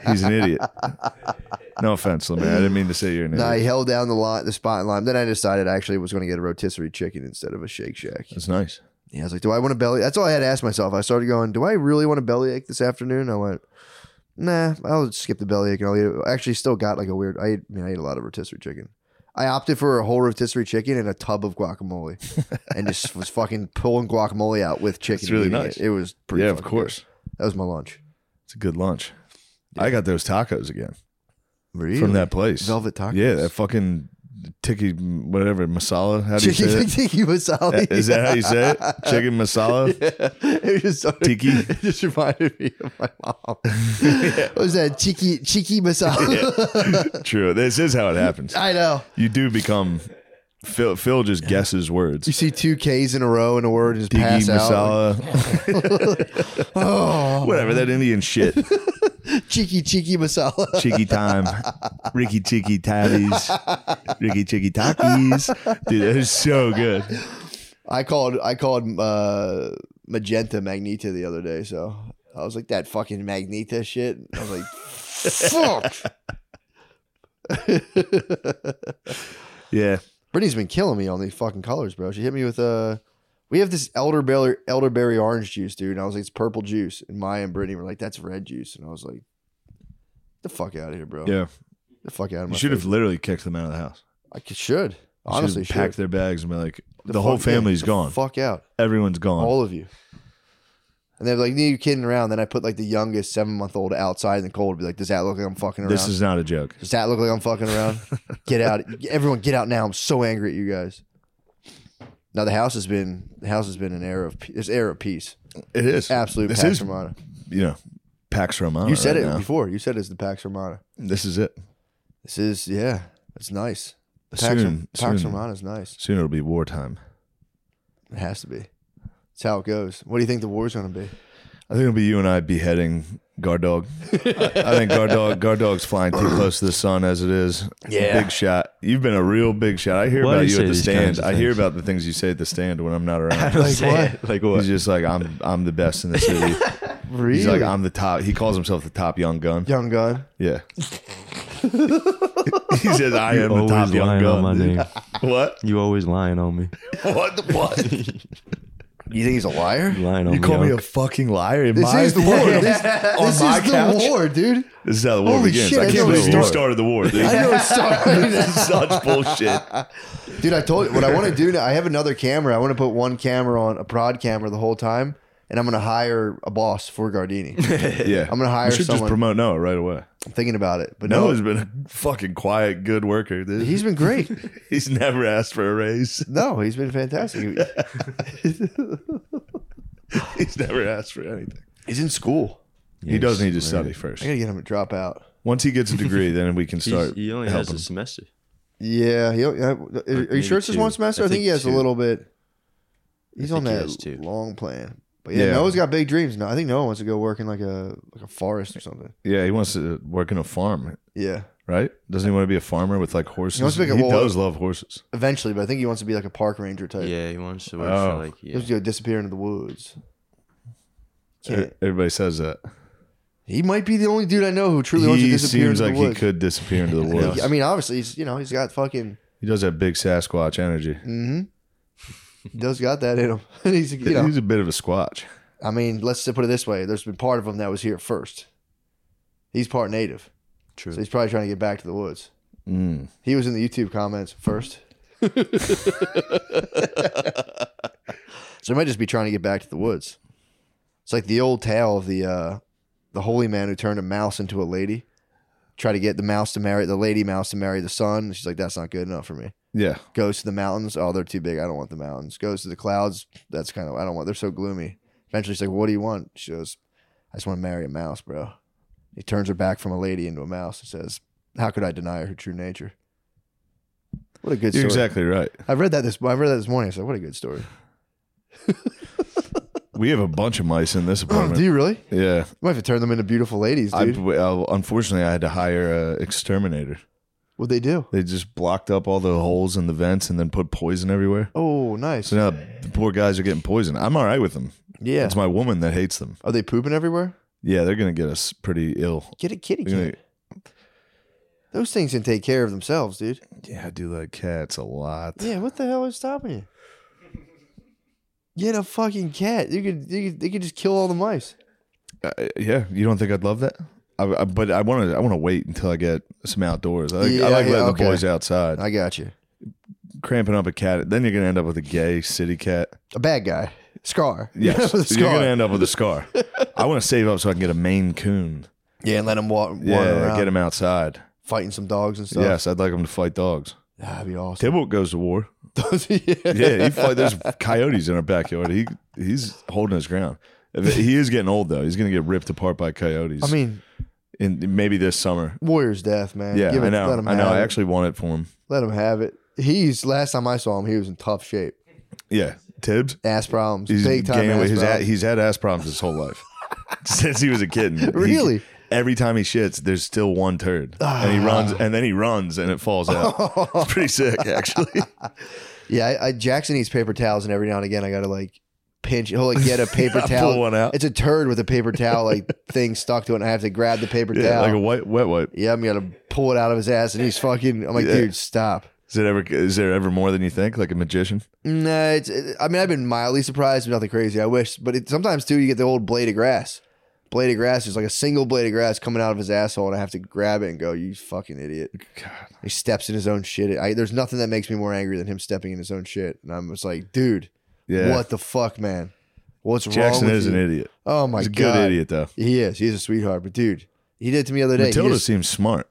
He's an idiot. No offense, Lemaire. I didn't mean to say you're an
No, I
idiot.
held down the line, the spot in line. Then I decided I actually was going to get a rotisserie chicken instead of a Shake Shack.
That's nice.
Yeah, I was like, do I want a belly? That's all I had to ask myself. I started going, do I really want a bellyache this afternoon? I went, nah, I'll skip the bellyache and I'll eat it. I actually still got like a weird. I, ate, I mean, I ate a lot of rotisserie chicken. I opted for a whole rotisserie chicken and a tub of guacamole, and just was fucking pulling guacamole out with chicken.
That's
and
really
eating
nice.
It. It was pretty.
Yeah, of
fucking
course.
good. That was my lunch.
It's a good lunch. I got those tacos again
Really?
from that place.
velvet tacos.
Yeah, that fucking tiki, whatever, masala. How do you say
Chicken
that?
tiki masala.
Is that how you say it? Chicken masala?
it just started,
Tiki?
It just reminded me of my mom. What was that cheeky cheeky masala?
True. This is how it happens.
I know.
You do become Phil. Phil just guesses words.
You see two K's in a row in a word and just
Tiki
pass out. Oh,
masala, whatever that Indian shit.
Cheeky cheeky masala.
Cheeky time, Ricky cheeky tatties, Ricky cheeky takis. Dude, that is so good.
I called I called uh, magenta magneta the other day, so I was like that fucking magneta shit. I was like, fuck.
Yeah,
Brittany's been killing me on these fucking colors, bro. She hit me with Uh, we have this elderberry elderberry orange juice, dude. And I was like, it's purple juice. And Maya and Brittany were like, that's red juice. And I was like, the fuck out of here, bro.
yeah.
The fuck out of
You
my.
should have
face.
literally kicked them out of the house.
I could, should.
You should
Honestly,
have
should.
packed their bags and be like, the, whole
fuck- yeah,
family's
the
gone.
Fuck out.
Everyone's gone.
all of you. And they're like, "No, you're kidding around." Then I put like the youngest seven month old outside in the cold. Be like, "Does that look like I'm fucking around?
this is not a joke.
Does that look like I'm fucking around? get out, everyone, get out now! I'm so angry at you guys." Now the house has been the house has been an era of pe- this era of peace,
It is
absolute
This
Pax
is
Romana.
you know Pax Romana.
You said
right
it
now.
before. You said it's the Pax Romana.
This is it.
This is yeah, it's nice. The Pax,
Soon,
Pax
soon,
Romana is nice.
soon it'll be wartime.
It has to be. It's how it goes. What do you think the war's gonna be?
I think it'll be you and I beheading guard dog. I, I think guard dog guard dog's flying too close to the sun as it is.
Yeah.
big shot. You've been a real big shot. I hear
Why do
about you
you
at
say
the
these
stand.
kinds of
I hear
things?
about the things you say at the stand when I'm not around.
Like
what?
Like
He's just like I'm. I'm the best in the city.
Really?
He's like I'm the top. He calls himself the top young gun.
Young Gun.
Yeah. he says I am the top
always
young
lying on my
gun.
name.
What?
You always lying on me.
What? What?
You think he's a liar?
You lying on
You
me.
call me a
Unc.
fucking liar in
This
my
is the war.
apartment?
This, this
my
is the
couch?
war, dude.
This is how the war
Holy
begins.
shit,
I
I
can't
know
believe
the
you
war.
started the war. Dude.
I know it's starting.
this is such bullshit.
dude, I told you what I want to do now. I have another camera. I want to put one camera on a prod camera the whole time, and I'm gonna hire a boss for Gardini.
Yeah,
I'm gonna hire
We should
someone.
just promote Noah right away.
I'm thinking about it, but no,
Noah's been a fucking quiet, good worker. Dude.
he's
He's
been great.
he's never asked for a raise.
No, he's been fantastic.
He's never asked for anything.
He's in school.
he does
Yes,
need to
right.
study
I
first.
gotta get him to drop out.
Once he gets a degree, then we can
He's-
start.
He only
help
has
him.
a semester.
Yeah, he, are, are you
maybe
sure it's just
two.
one semester?
I
I think,
think
he has a
two.
little bit. He's on
think he has
that
two.
long plan. But yeah,
Yeah.
Noah's got big dreams. No, I think Noah wants to go work in like a like a forest or something.
yeah, he wants to work in a farm,
Yeah,
right? Doesn't he want to be a farmer with like horses?
wants to make a
he
wall-
does love horses.
eventually. But I think he wants to be like a park ranger type.
Yeah, he wants to work
Oh.
for like
He
yeah.
wants to go disappear into the woods.
E-
Can't.
Everybody says that.
He might be the only dude I know who truly wants to
He
disappear
seems
into
like
the
he
woods.
could disappear into the woods.
I mean, obviously, he's you know he's got fucking
He does have big Sasquatch energy.
he does got that in him. And he's you know
He's a bit of a squatch.
I mean, let's just put it this way: there's been part of him that was here first. He's part native,
True.
so he's probably trying to get back to the woods.
Mm.
He was in the YouTube comments first. so he might just be trying to get back to the woods. It's like the old tale of the uh, the holy man who turned a mouse into a lady. Try to get the mouse to marry the lady mouse to marry the son. She's like, that's not good enough for me.
Yeah.
Goes to the mountains. Oh, they're too big. I don't want the mountains. Goes to the clouds. That's kind of I don't want. They're so gloomy. Eventually, she's like, what do you want? She goes, I just want to marry a mouse, bro. He turns her back from a lady into a mouse and says, how could I deny her true nature? What a good
You're
story.
exactly right.
I read that this I read that this morning. I said, "What a good story."
We have a bunch of mice in this
Do
apartment.
you really? You
yeah.
might have to turn them into beautiful ladies,
I,
Oh, dude.
well, unfortunately, I had to hire a exterminator.
What'd they do?
They just blocked up all the holes in the vents and then put poison everywhere.
Oh, nice.
So now the poor guys are getting poisoned. I'm all right with them.
Yeah.
It's my woman that hates them.
Are they pooping everywhere?
Yeah, they're gonna get us pretty ill.
Get a kitty
They're gonna-
cat. Those things can take care of themselves, dude.
yeah, I do like cats a lot.
Yeah, what the hell is stopping you? Get a fucking cat. You could, you could, they could just kill all the mice.
I- Uh, yeah, you don't think I'd love that? I, I- but I want to. I want to wait until I get some outdoors. I, like
Yeah,
I like
yeah,
letting
okay.
the boys outside.
I got you.
Cramping up a cat, then you're gonna end up with a gay city cat.
A bad guy. Scar.
Yes,
With a
you're
scar.
gonna end up with a scar. I want to save up so I can get a Maine Coon.
Yeah, and let him walk, wander
Yeah,
around,
get him outside.
fighting some dogs and stuff.
Yes, I'd like him to fight dogs.
That'd be awesome.
Tybalt goes to war.
yeah.
Yeah, he fight. There's coyotes in our backyard. He he's holding his ground. If- He is getting old though. He's gonna get ripped apart by coyotes.
I mean,
in, maybe this summer.
Warrior's death, man.
Yeah,
Give it,
I know.
Let him
I know.
Have
I
it.
actually want it for him.
Let him have it. He's last time I saw him, he was in tough shape.
Yeah, Tibbs.
Ass problems,
He's
big time.
gaining
Ass
weight. His a-
problems.
he's had ass problems his whole life since he was a kitten. He-
Really?
every time he shits, there's still one turd, and he runs,
Ah.
and then he runs, and it falls out. it's pretty sick, actually.
yeah, I, I, Jackson eats paper towels, and every now and again, I gotta like pinch. He'll like get a paper towel.
one out.
It's a turd with a paper towel like thing stuck to it, and I have to grab the paper
Yeah,
towel.
like a white wet wipe.
yeah, I'm gonna pull it out of his ass, and he's fucking. I'm like,
Yeah.
dude, stop.
Is it ever? Is there ever more than you think? Like a magician?
No, it's. It, I mean, I've been mildly surprised, but nothing crazy. I wish, but it, sometimes too, you get the old blade of grass. Blade of grass is like a single blade of grass coming out of his asshole, and I have to grab it and go, "You fucking idiot!"
God,
He steps in his own shit. I, there's nothing that makes me more angry than him stepping in his own shit, and I'm just like, dude,
yeah.
what the fuck, man? What's
Jackson
wrong? with
is
you?
an idiot.
Oh my
He's a
god,
good idiot though.
He is. He's a sweetheart, but dude, he did it to me the other day. He
Matilda
just-
seems smart.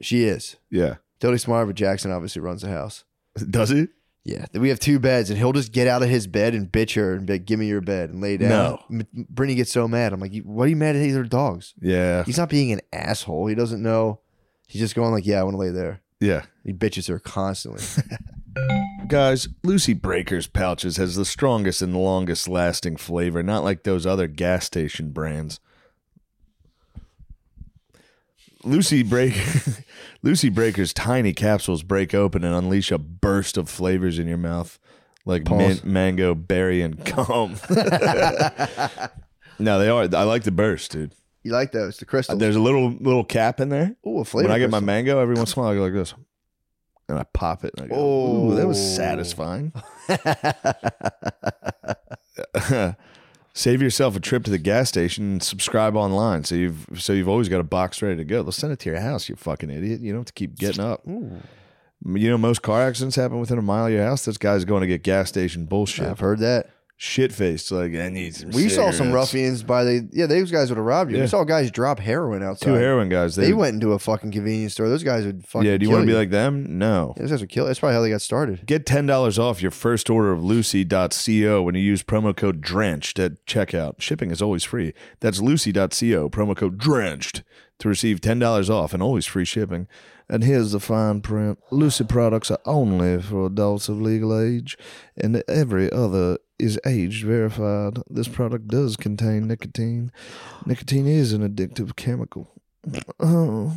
she is
Yeah.
totally smart, but Jackson obviously runs the house.
Does he?
Yeah, we have two beds, and he'll just get out of his bed and bitch her and be like, "Give me your bed," and lay down.
No.
M- Brittany gets so mad. I'm like, "You- "What are you mad at? These are dogs."
Yeah.
He's not being an asshole. He doesn't know. He's just going like, "Yeah, I want to lay there."
Yeah.
He bitches her constantly.
Guys, Lucy Breaker's pouches has the strongest and longest lasting flavor, not like those other gas station brands. Lucy Break Lucy Breaker's tiny capsules break open and unleash a burst of flavors in your mouth like mint, mango, berry and gum. no, they are I like the burst, dude.
you like those? The crystals.
Uh, There's a little little cap in there.
Oh, a flavor.
when I get my
crystal.
mango, every once in a while I go like this, and I pop it. And I go, "Ooh, that was satisfying." Save yourself a trip to the gas station and subscribe online, so you've so you've always got a box ready to go. They'll send it to your house, you fucking idiot. You don't have to keep getting up. You know most car accidents happen within a mile of your house. This guy's going to get gas station bullshit,
I've heard that.
shit faced. Like I need some.
We saw some
cigarettes."
ruffians by the. Yeah, those guys would have robbed you.
Yeah.
We saw guys drop heroin outside.
two heroin guys. They,
They went into a fucking convenience store. Those guys would fucking.
Yeah, do you
kill
want to be like them? No.
Yeah, those guys would kill. That's probably how they got started.
Get $10 off your first order of lucy.co when you use promo code DRENCHED at checkout. Shipping is always free. That's lucy.co, promo code DRENCHED to receive $10 off and always free shipping. And here's the fine print Lucy products are only for adults of legal age, and every other is age verified. This product does contain nicotine. Nicotine is an addictive chemical. Oh.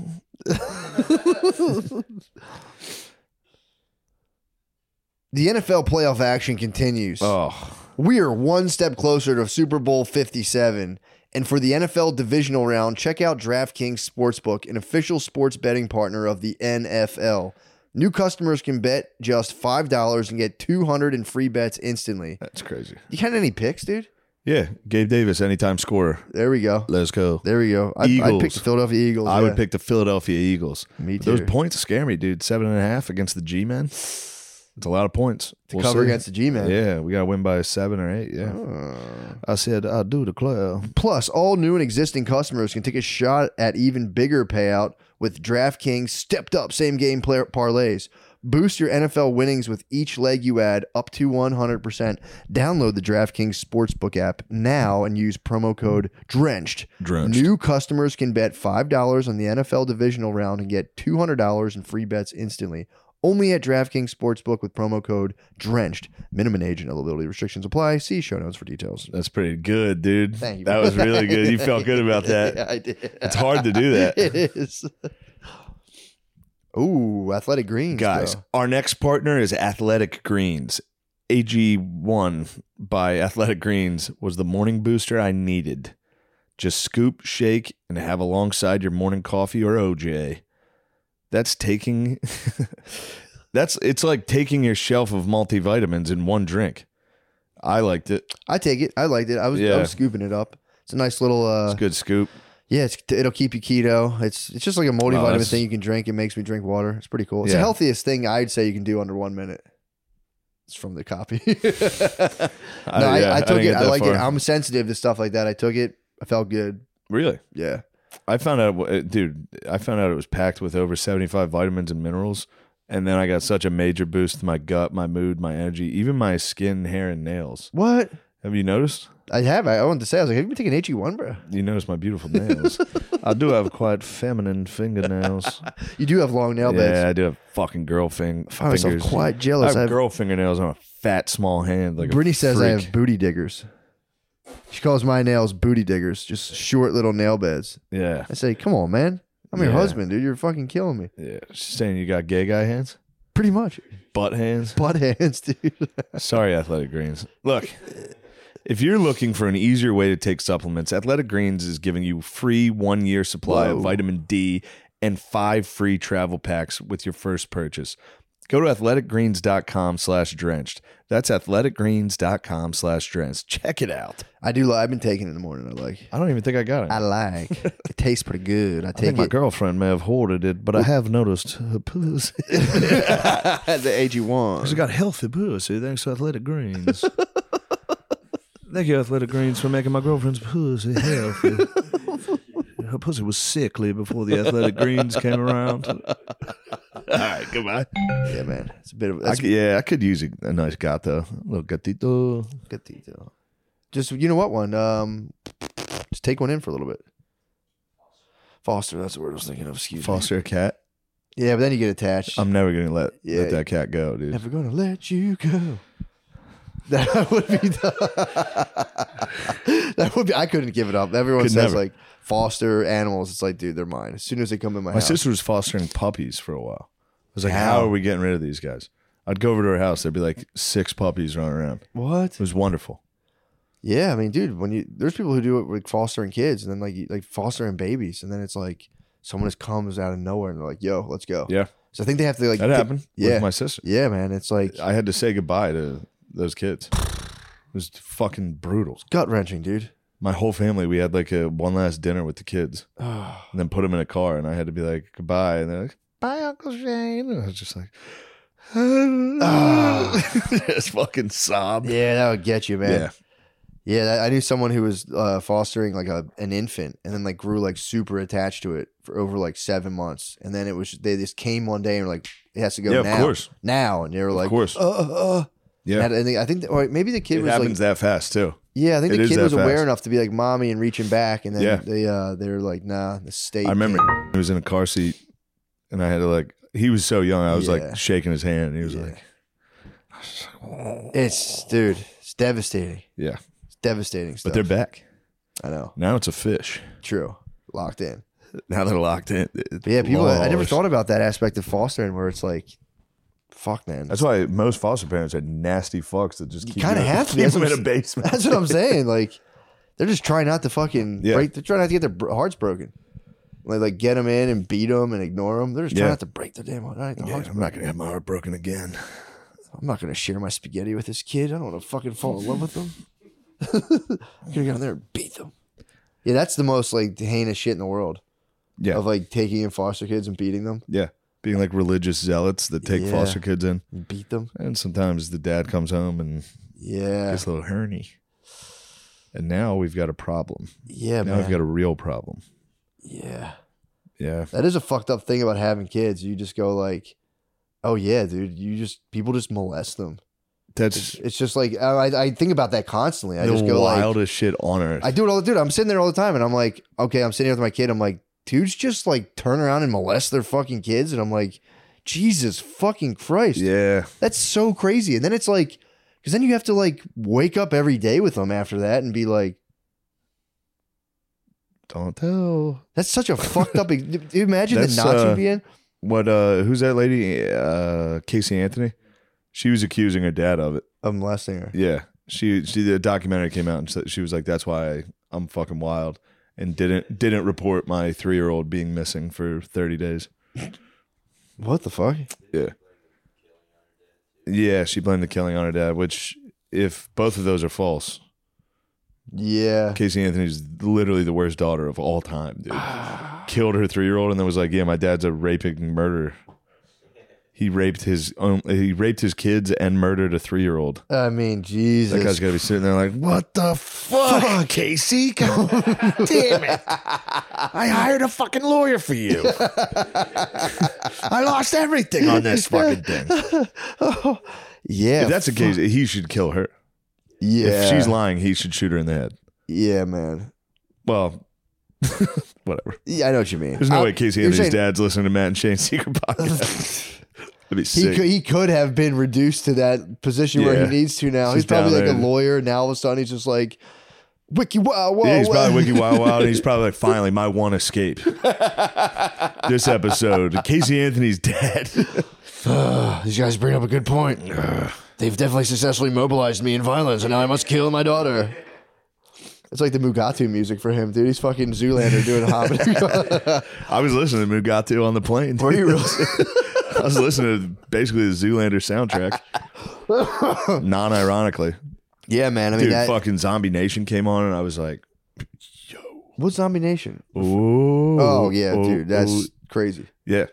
The NFL playoff action continues.
Oh.
We are one step closer to Super Bowl 57. And for the NFL divisional round, check out DraftKings Sportsbook, an official sports betting partner of the NFL. New customers can bet just $5 and get 200 in free bets instantly.
That's crazy.
You got any picks, dude?
Yeah, Gabe Davis, anytime scorer.
There we go.
Let's go.
There we go. I, I
Eagles.
picked the Philadelphia Eagles.
I
yeah.
would pick the Philadelphia Eagles.
Me
Those
too.
points scare me, dude. Seven and a half against the G men. It's a lot of points.
to cover against the Oh. G-Man.
Yeah, we gotta win by seven or eight. Yeah. I said I do declare.
Plus, all new and existing customers can take a shot at even bigger payout with DraftKings stepped up same game player parlays. Boost your NFL winnings with each leg you add up to 100%. Download the DraftKings Sportsbook app now and use promo code DRENCHED.
Drenched.
New customers can bet $5 on the NFL divisional round and get $200 in free bets instantly. Only at DraftKings Sportsbook with promo code DRENCHED. Minimum age and eligibility restrictions apply. See show notes for details.
That's pretty good, dude.
Thank you.
That was really good. You felt good about that.
Yeah, I did.
It's hard to do that.
it is. Ooh, athletic greens,
Guys,
bro.
our next partner is Athletic Greens. AG1 by Athletic Greens was the morning booster I needed. Just scoop, shake, and have alongside your morning coffee or OJ. That's taking that's it's like taking your shelf of multivitamins in one drink. I liked it.
I take it. I liked it. I was I
Yeah.
was scooping it up. It's a nice little uh
It's a good scoop.
yeah, it's, it'll keep you keto. It's it's just like a multivitamin
Oh, that's-
thing you can drink. It makes me drink water. It's pretty cool. It's
Yeah.
the healthiest thing I'd say you can do under 1 minute. It's from the copy. no, I,
yeah,
I took
didn't
it.
get
I
that
like it.
far.
I'm sensitive to stuff like that. I took it. I felt good.
really.
Yeah.
I found out, wh- uh, dude, I found out it was packed with over 75 vitamins and minerals. And then I got such a major boost to my gut, my mood, my energy, even my skin, hair, and nails.
What?
Have you noticed?
I have. I wanted to say. I was like, have you been taking E HE1, bro?
You noticed my beautiful nails. I do have quite feminine fingernails.
You do have long nail beds.
yeah, I do have fucking girl fing-
I find myself
fingers.
quite
I
jealous.
have
I have,
girl fingernails on a fat, small hand. Like a
Brittany says I
freak.
have booty diggers. She calls my nails booty diggers, just short little nail beds.
Yeah.
I say, come on, man. I'm your
Yeah.
husband, dude. You're fucking killing me.
Yeah. She's saying you got gay guy hands?
Pretty much.
Butt hands?
Butt hands, dude.
Sorry, Athletic Greens. Look, if you're looking for an easier way to take supplements, Athletic Greens is giving you free one year supply
Whoa.
of vitamin D and five free travel packs with your first purchase. Go to athleticgreens.com slash drenched. That's athleticgreens.com slash drenched. Check it out.
I do like I've been taking it in the morning. I like.
I don't even think I got it.
I like. it tastes pretty good. I
I think
take
my
it.
girlfriend may have hoarded it, but I have noticed her pussy.
the
Because I
AG1.
got healthy pussy thanks to Athletic Greens. Thank you, Athletic Greens, for making my girlfriend's pussy healthy. Her pussy was sickly before the Athletic Greens came around. All right, goodbye.
Yeah, man. It's a bit of.
I
That's
could, yeah, I could use a, a nice gato, a little gatito.
good detail. Just you know what one? Um, just take one in for a little bit. Foster, that's the word I was thinking of. Excuse me.
Foster a cat.
Yeah, but then you get attached.
I'm never gonna let
Yeah.
let that cat go, dude.
never gonna let you go. That would be. that would be. I couldn't give it up. Everyone
Could
says
never.
like foster animals. It's like, dude, they're mine. As soon as they come in my,
My
house,
sister was fostering puppies for a while. I was like,
How?
how are we getting rid of these guys? I'd go over to her house. There'd be like six puppies running around.
What?
It was wonderful.
Yeah, I mean, dude, when you there's people who do it with fostering kids and then like you- like fostering babies, and then it's like someone just comes out of nowhere and they're like, "Yo, let's go."
Yeah.
So I think they have to like.
That
pick-
happened
Yeah.
with my sister.
Yeah, man, it's like
I had to say goodbye to those kids. It was fucking brutal.
gut wrenching, dude.
My whole family, we had like a one last dinner with the kids
Oh,
and then put them in a car and I had to be like goodbye and they're like, bye, Uncle Shane. And I was just like, just fucking sob.
yeah, that would get you, man.
Ah. Yeah.
Yeah, that, I knew someone who was uh, fostering like a an infant, and then like grew like super attached to it for over like seven months, and then it was they just came one day and were like it has to go
Yeah, of
now,
course.
now, and they were like,
course.
uh, uh, uh.
Yeah.
And I- and they- I think, that, or maybe the kid
it
was like,
happens that fast too.
yeah, I think
It
the
is
kid
that
was aware
fast.
enough to be like, mommy, and reaching back, and then
Yeah.
they uh, they were like, nah, the state.
I remember
can't-
he was in a car seat and I had to like, he was so young. I was
Yeah.
like shaking his hand and he was
Yeah.
like,
It's dude, it's devastating.
yeah,
It's devastating
but
stuff.
they're back.
I know,
Now it's a fish.
true, locked in.
Now they're locked in.
But yeah, people. I never
Lord.
thought about that aspect of fostering, where it's like, fuck, man.
That's why most foster parents are nasty fucks that just keep
kinda
you-
have to be.
keep
That's
them
what
in a
I'm-
basement.
That's what I'm saying. Like, they're just trying not to fucking
Yeah.
break. They're trying not to get their br- hearts broken. Like, like get them in and beat them and ignore them. They're just trying
Yeah.
not to break their damn heart. I ain't the hearts.
I'm not gonna have my heart broken again.
I'm not gonna share my spaghetti with this kid. I don't want to fucking fall in love with them. I'm gonna go in there and beat them. Yeah, that's the most like heinous shit in the world
Yeah,
of like taking in foster kids and beating them,
yeah. Being like religious zealots that take
Yeah.
foster kids in,
beat them.
and sometimes the dad comes home and
Yeah,
gets a little herny. And now we've got a problem.
yeah,
now
man.
we've got a real problem.
yeah.
Yeah,
That is a fucked up thing about having kids. You just go like, oh yeah, dude. You just people just molest them.
that's
It's just like I, I- I think about that constantly. I
the
just go
wildest shit on earth.
like, I do it all the dude. I'm sitting there all the time, and I'm like, okay, I'm sitting here with my kid. I'm like, dudes just like turn around and molest their fucking kids, and I'm like, Jesus fucking Christ,
yeah,
that's so crazy. And then it's like, because then you have to like wake up every day with them after that and be like.
don't tell.
That's such a fucked up. e-, Dude, Imagine the
That's,
Nazi
uh,
being.
What? uh Who's that lady? Uh Casey Anthony. She was accusing her dad of it.
I'm molesting her.
Yeah, she she the documentary came out and said she was like, "That's why I'm fucking wild," and didn't didn't report my three year old being missing for 30 days.
What the fuck?
Yeah. Yeah, she blamed the killing on her dad, which if both of those are false,
Yeah.
Casey Anthony's literally the worst daughter of all time, dude. Killed her three year old and then was like, "Yeah, my dad's a raping murderer." He raped his own. He raped his kids and murdered a three year old.
I mean,
That guy's
Jesus.
gotta be sitting there like, "What the fuck, Casey? God damn it! I hired a fucking lawyer for you. I lost everything on this fucking thing."
Yeah.
If that's the case, he should kill her.
yeah.
If she's lying, he should shoot her in the head.
yeah, man.
Well, whatever.
Yeah, I know what you mean.
There's no
I-
way Casey
you're
Anthony's
saying-
dad's listening to Matt and Shane's secret podcast. That'd be
He
sick.
could, he could have been reduced to that position where
Yeah.
he needs to now.
She's
he's probably
down
like a
there.
lawyer. Now all of a sudden he's just like, wiki wow, wow.
yeah, he's
wow."
probably wiki wild wild. And he's probably like, finally, my one escape. this episode, Casey Anthony's dad.
These guys bring up a good point. They've definitely successfully mobilized me in violence, and now I must kill my daughter. It's like the Mugatu music for him, dude. He's fucking Zoolander doing Hobbit.
I was listening to Mugatu on the plane.
Were you really?
I was listening to basically the Zoolander soundtrack, non ironically.
yeah, man. I mean,
Dude,
that,
fucking Zombie Nation came on, and I was like,
what's Zombie Nation?
Ooh,
Oh, yeah,
oh,
dude. That's
ooh."
crazy.
yeah.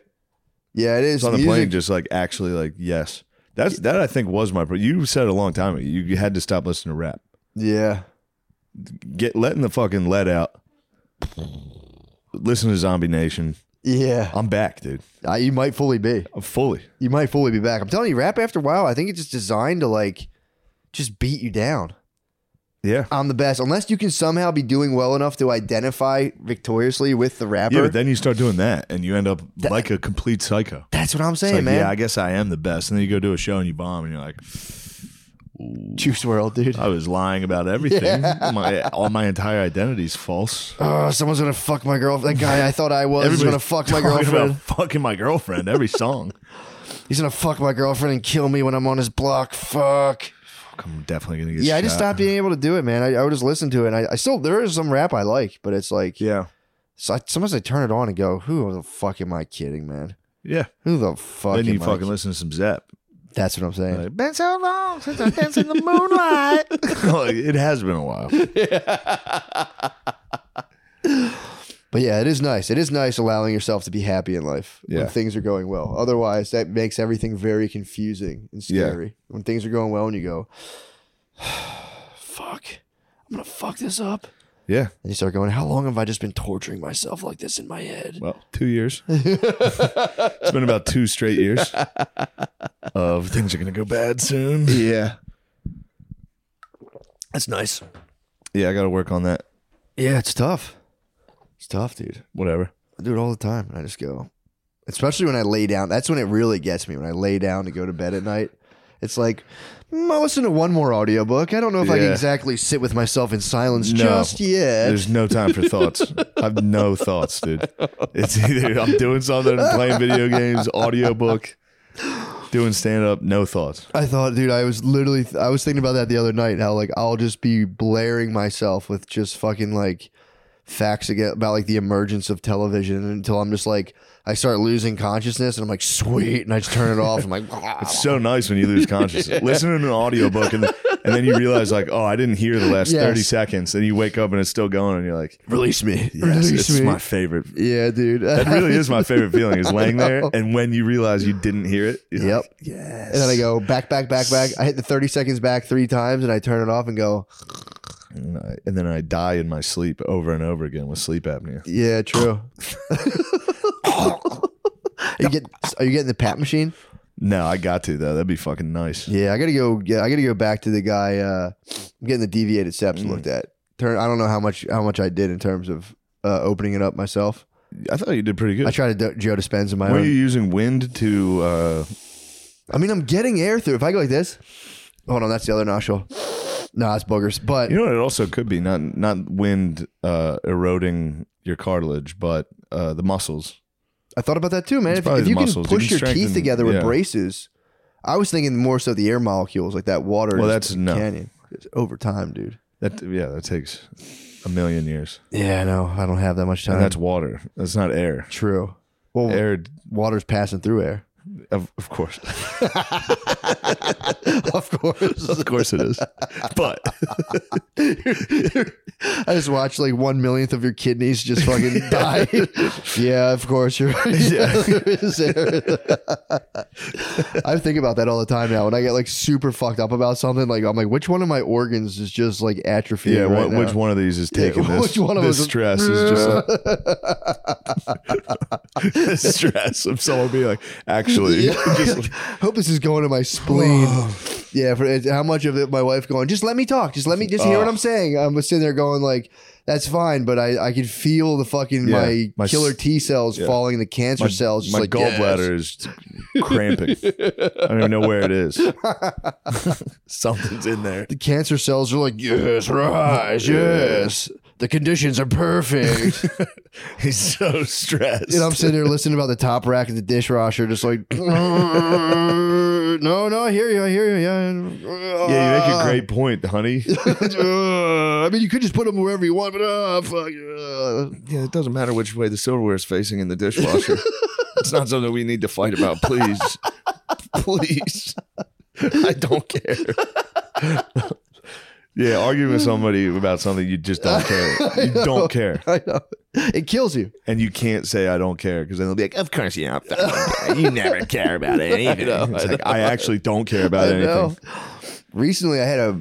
Yeah, it is.
It's on the
music.
plane, just like actually, like yes. That's that I think was my. Pro- you said a long time ago. You, you had to stop listening to rap.
Yeah.
Get letting the fucking lead out. Listen to Zombie Nation.
Yeah.
I'm back, dude.
Uh, you might fully be.
I'm fully.
You might fully be back. I'm telling you, rap after a while, I think it's just designed to like just beat you down.
Yeah.
I'm the best. Unless you can somehow be doing well enough to identify victoriously with the rapper.
Yeah, but then you start doing that, and you end up like a complete psycho.
That's what I'm
It's
saying,
like,
man.
yeah, I guess I am the best. And then you go do a show and you bomb, and you're like,
Juice World, dude.
I was lying about everything. My all my entire identity's false.
Oh, someone's gonna fuck my girlfriend. That guy I thought I was Oh, is gonna fuck my
talking about
girlfriend.
fucking my girlfriend. Every song.
He's gonna fuck my girlfriend and kill me when I'm on his block. Fuck.
I'm definitely gonna get.
Yeah, I just
shot.
stopped being able to do it, man. I, I would just listen to it. And I, I still there is some rap I like, but it's like
Yeah.
so I, sometimes I turn it on and go, "Who the fuck am I kidding, man?
Yeah.
Who the fuck?"
then you
am I
fucking
ki-"
listen to some Zep.
That's what I'm saying.
Like, been so long since I've danced in the moonlight. Like, it has been a while.
But yeah, it is nice. It is nice allowing yourself to be happy in life
Yeah.
when things are going well. Otherwise, that makes everything very confusing and
Yeah.
scary. When things are going well and you go, fuck, I'm going to fuck this up.
Yeah.
And you start going, how long have I just been torturing myself like this in my head?
Well, two years. it's been about two straight years of things are gonna go bad soon.
Yeah. That's nice.
Yeah, I gotta work on that.
Yeah, it's tough. It's tough, dude.
Whatever.
I do it all the time. And I just go, especially when I lay down. That's when it really gets me. When I lay down to go to bed at night, it's like, mm, I'll listen to one more audiobook. I don't know if I can
Yeah.
exactly sit with myself in silence
No.
just yet.
There's no time for thoughts. I've no thoughts, dude. It's either I'm doing something, playing video games, audiobook, doing stand up, no thoughts.
I thought, dude, I was literally, I was thinking about that the other night. How like I'll just be blaring myself with just fucking like facts aga- about like the emergence of television until I'm just like, I start losing consciousness and I'm like, sweet, and I just turn it off. I'm like,
It's so nice when you lose consciousness. Listen to an audiobook and, and then you realize like, oh, I didn't hear the last
Yes.
30 seconds. And you wake up and it's still going and you're like,
release me,
yes,
release
it's
me.
my favorite.
yeah, dude,
That really is my favorite feeling is laying there and when you realize you didn't hear it. you're
Yep.
like, yes.
And then I go back, back, back, back. I hit the 30 seconds back three times and I turn it off and go,
And, I, and then I die in my sleep over and over again with sleep apnea.
yeah, true. are, you get, are you getting the pat machine?
No, I got to though. That'd be fucking nice.
Yeah, I gotta go. Yeah, I gotta go back to the guy. Uh, I'm getting the deviated steps looked at. Turn. I don't know how much how much I did in terms of uh, opening it up myself.
I thought you did pretty good.
I um, tried to do- Joe Dispenza my
Were
own.
you using wind to? Uh,
I mean, I'm getting air through. If I go like this, hold on, that's the other nostril. No, it's boogers. But
you know what? It also could be not not wind uh, eroding your cartilage, but uh, the muscles.
I thought about that too, man.
It's
If,
probably
if
the
you can
muscles. You
push
can
your teeth
strengthen-
together with
yeah.
braces, I was thinking more so the air molecules, like that water.
Well,
just
that's no.
canyon. It's over time, dude.
That yeah, that takes a million years.
Yeah, no, I don't have that much time.
And that's water. That's not air.
true. Well,
Air,
water's passing through air.
of, of course,
of course.
of course it is. But
I just watched like one millionth of your kidneys just fucking die. yeah, of course you're right. I think about that all the time now. When I get like super fucked up about something, like I'm like, which one of my organs is just like atrophying?
yeah,
right
wh- which
now?
one of these is taking this?
which one of
this
us is-
stress is just like this stress of someone being like, actually, just,
Hope this is going to my spleen. yeah, for it's- how much of it my wife going? Just let me talk. Just let me just hear what I'm saying. I'm sitting there going like, that's fine, but I I could feel the fucking
Yeah,
my,
my s-
killer T cells
yeah.
falling, the cancer cells. Just
my
like,
gallbladder is cramping. I don't even know where it is. Something's in there.
the cancer cells are like, yes, rise, yes. The conditions are perfect.
He's so stressed.
and I'm sitting there listening about the top rack of the dishwasher, just like, no, no, I hear you, I hear you, yeah.
yeah, you make a great point, honey.
Uh, I mean, you could just put them wherever you want, but uh, fuck. Uh.
Yeah, it doesn't matter which way the silverware is facing in the dishwasher. it's not something we need to fight about. Please. Please. I don't care. yeah, arguing with somebody about something you just don't care. You don't care.
I know. It kills you.
And you can't say I don't care because then they'll be like, Of course you don't. fucking care. You never care about anything. it's like I actually don't care about
I
anything.
know. Recently, I had a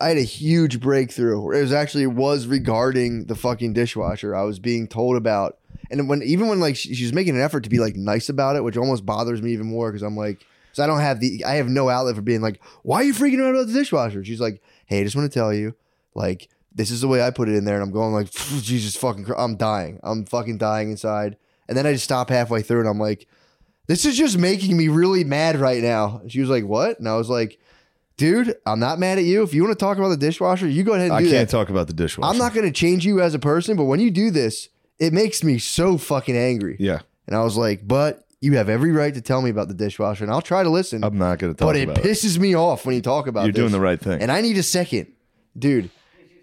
I had a huge breakthrough. It was actually it was regarding the fucking dishwasher. I was being told about, and when even when like she, she was making an effort to be like nice about it, which almost bothers me even more because I'm like, because I don't have the I have no outlet for being like, why are you freaking out about the dishwasher? She's like, hey, I just want to tell you, like this is the way I put it in there, and I'm going like, "Phew, Jesus fucking, Christ, I'm dying, I'm fucking dying inside, and then I just stop halfway through, and I'm like this is just making me really mad right now. And she was like, what? And I was like, dude, I'm not mad at you. If you want to talk about the dishwasher, you go ahead and
I
do
can't
that.
talk about the dishwasher.
I'm not going to change you as a person, but when you do this, it makes me so fucking angry.
Yeah.
And I was like, but you have every right to tell me about the dishwasher and I'll try to listen.
I'm not gonna talk
but it
about it.
pisses me off when you talk about
You're doing
this.
the right thing.
And I need a second, dude.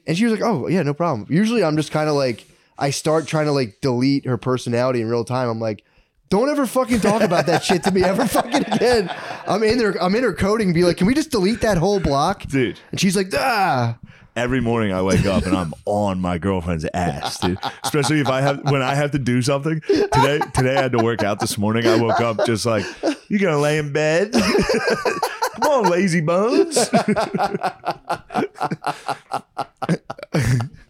And she was like, oh, yeah, no problem. Usually I'm just kind of like, I start trying to like delete her personality in real time. I'm like, don't ever fucking talk about that shit to me ever fucking again. I'm in there, I'm in her coding, be like, can we just delete that whole block?
Dude.
And she's like, ah.
every morning I wake up and I'm on my girlfriend's ass, dude. Especially if I have when I have to do something. Today today I had to work out this morning. I woke up just like, You gonna lay in bed? Come on, lazy bones.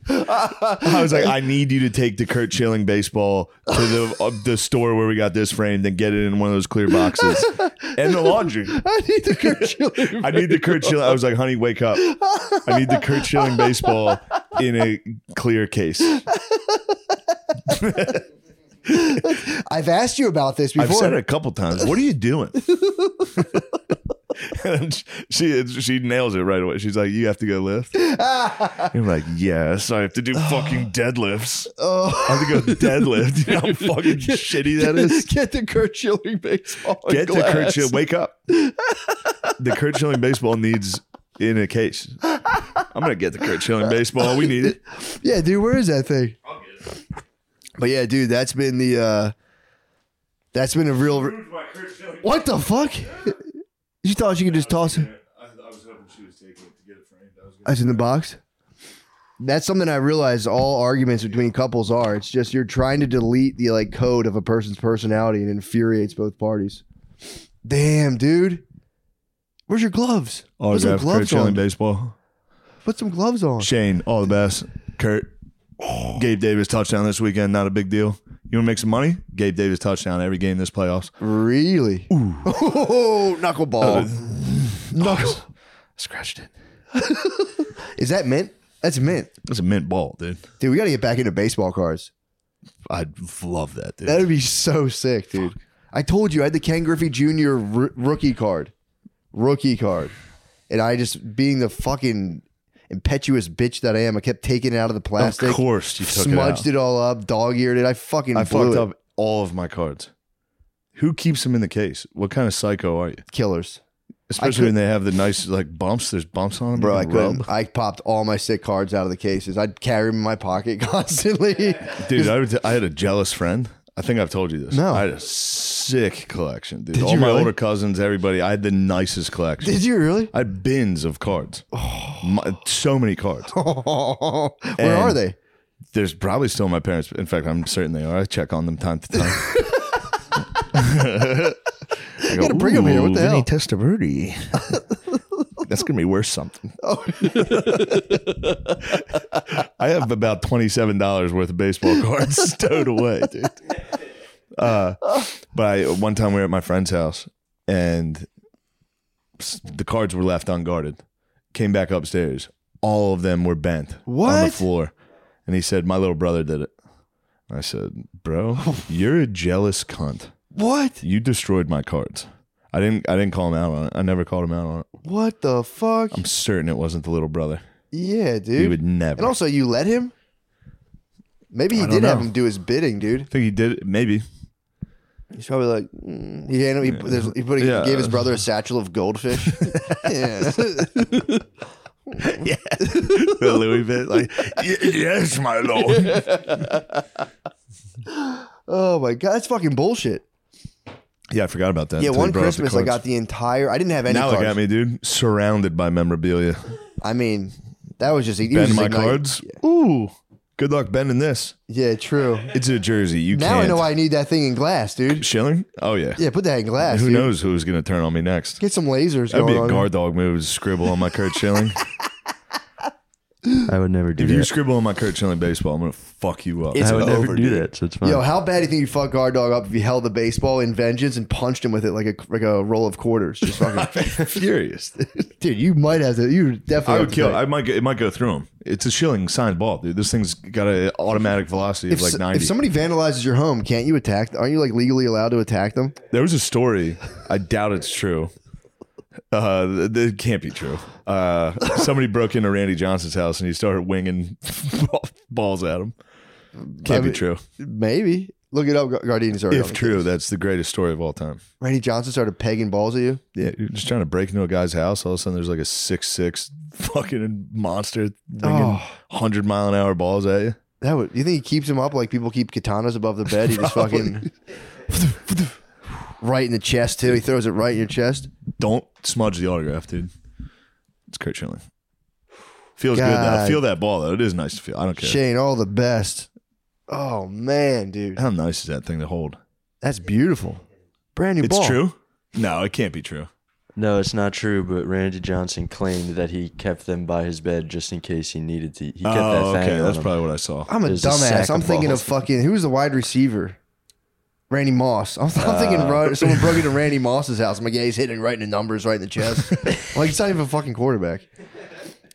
I was like, I need you to take the Kurt Schilling baseball to the uh, the store where we got this framed and get it in one of those clear boxes and the laundry.
I need to go chill.
I need the Kurt Schilling. I was like, honey, wake up. I need the Kurt Schilling baseball in a clear case.
I've asked you about this
I've
before.
said it a couple times. What are you doing? and she she nails it right away. She's like, you have to go lift. And I'm like, yes, I have to do fucking deadlifts.
Oh.
I have to go deadlift. You know how fucking shitty that is.
Get the Kurt Schilling baseball.
Get to Kurt
glass.
Schilling. Wake up. The Kurt Schilling baseball needs in a case. I'm gonna get the Kurt Schilling baseball. We need it.
Yeah, dude, where is that thing? But yeah, dude, that's been the uh that's been a real What the fuck? You thought you could just toss it
I, I was hoping she was taking it to get it framed. I was
that's in the box? That's something I realized all arguments between couples are. It's just you're trying to delete the like code of a person's personality and it infuriates both parties. Damn, dude. Where's your gloves? Put some
autograph Kurt
gloves
Schilling
on.
baseball.
Put some gloves on.
Shane, all the best. Kurt, Gabe Davis touchdown this weekend. Not a big deal. You want to make some money? Gabe Davis touchdown every game this playoffs.
Really? Uh, Oh, knuckleball. Knuckle.
Scratched it.
Is that mint? That's mint.
That's a mint ball, dude.
Dude, we got to get back into baseball cards.
I'd love that, dude.
That would be so sick, dude. I told you I had the Ken Griffey Jr. r- rookie card. Rookie card. And I just, being the fucking impetuous bitch that I am, I kept taking it out of the plastic.
of course, you took
smudged
it.
it, all up, dog eared it. I fucking
Out. I
blew
fucked
it.
up all of my cards. Who keeps them in the case? What kind of psycho are you?
Killers.
Especially
could-
when they have the nice like bumps. There's bumps on them,
Bro,
you
I
can
couldn't.
rub.
I popped all my sick cards out of the cases. I'd carry them in my pocket constantly.
Dude, I, would- I had a jealous friend. I think I've told you this.
No.
I had a sick collection, dude. All
you
my
really?
older cousins, everybody. I had the nicest collection.
Did Oh. you really?
I had bins of cards. My- so many cards.
Where are
And-
they?
There's probably still my parents. In fact, I'm certain they are. I check on them time to time. I
gotta bring 'em here. What the
"Ooh,
hell?"
Vinny Testaverde. That's gonna be worth something.
Oh.
I have about twenty-seven dollars worth of baseball cards stowed away, dude. Uh, but I, one time we were at my friend's house, and s- the cards were left unguarded. Came back upstairs, all of them were bent on the
What?
floor, and he said, "My little brother did it." I said, "Bro, you're a jealous cunt.
What?
You destroyed my cards." I didn't. I didn't call him out on it. I never called him out on it.
What the fuck?
I'm certain it wasn't the little brother.
yeah,
He
dude.
would never.
and also, you let him. Maybe he
I don't
did have
know.
him do his bidding, dude.
I think he did. it, Maybe.
He's probably like, mm, he, handed, he, there's- he put, he
Yeah.
gave his brother a satchel of goldfish. yeah.
the Louis bit. Like, "Y- yes, my lord.
Oh my god, that's fucking bullshit.
Yeah, I forgot about that.
Yeah,
until
one
you brought up the
Christmas I
cards.
got the entire. I didn't have any
Now
cards.
look at me, dude. Surrounded by memorabilia.
I mean, that was just. he was
Bend
just
my
igniting-
cards. Ooh, good luck bending this.
Yeah, true.
It's a jersey. You
Now
can't.
I know why I need that thing in glass, dude.
Schilling? Oh yeah.
Yeah, put that in glass.
Who
dude.
knows who's gonna turn on me next?
Get some lasers.
That'd be
going
a
on.
guard dog move. is Scribble on my Kurt Schilling.
I would never do
if you
that.
scribble on my Kurt Schilling baseball, I'm gonna fuck you up.
It's
I would
over,
never do
dude.
that, so it's fine.
Yo, how bad do you think you fuck guard dog up if you held the baseball in vengeance and punched him with it like a like a roll of quarters? Just fucking,
furious.
dude, you might have to. You definitely.
I
have
would
to
kill.
take-
I might. go- It might go through him. It's a Schilling signed ball, dude. This thing's got an automatic velocity
if,
of like
s-
ninety.
if somebody vandalizes your home, can't you attack? Aren't you like legally allowed to attack them?
There was a story. I doubt it's true. Uh, th- th- it can't be true. Uh, somebody broke into Randy Johnson's house and he started winging balls at him. Can't be
mean,
true.
Maybe. Look it up, Gu- Guardians. are
If true, that's the greatest story of all time.
Randy Johnson started pegging balls at you.
Yeah, you're just trying to break into a guy's house. All of a sudden, there's like a six six fucking monster winging
Oh.
hundred mile an hour balls at you.
That would. You think he keeps him up like people keep katanas above the bed? He just fucking right in the chest too. He throws it right in your chest.
Don't smudge the autograph, dude. It's Kurt Schilling. Feels good. Though. I
God.
feel that ball though. It is nice to feel. I don't care.
Shane, all the best. Oh man, dude,
How nice is that thing to hold?
that's beautiful. Brand new
It's
ball.
true. No, it can't be true.
No, it's not true. But Randy Johnson claimed that he kept them by his bed just in case he needed to. He kept that
Oh,
thing.
okay.
on
That's
him.
probably what I saw.
I'm a
There's a
dumbass.
sack
I'm
of
thinking
balls.
of fucking who was the wide receiver? Randy Moss. I'm, I'm
Uh,
thinking Rod, someone broke into Randy Moss's house. I'm like, yeah, he's hitting right in the numbers, right in the chest. I'm like, it's not even a fucking quarterback.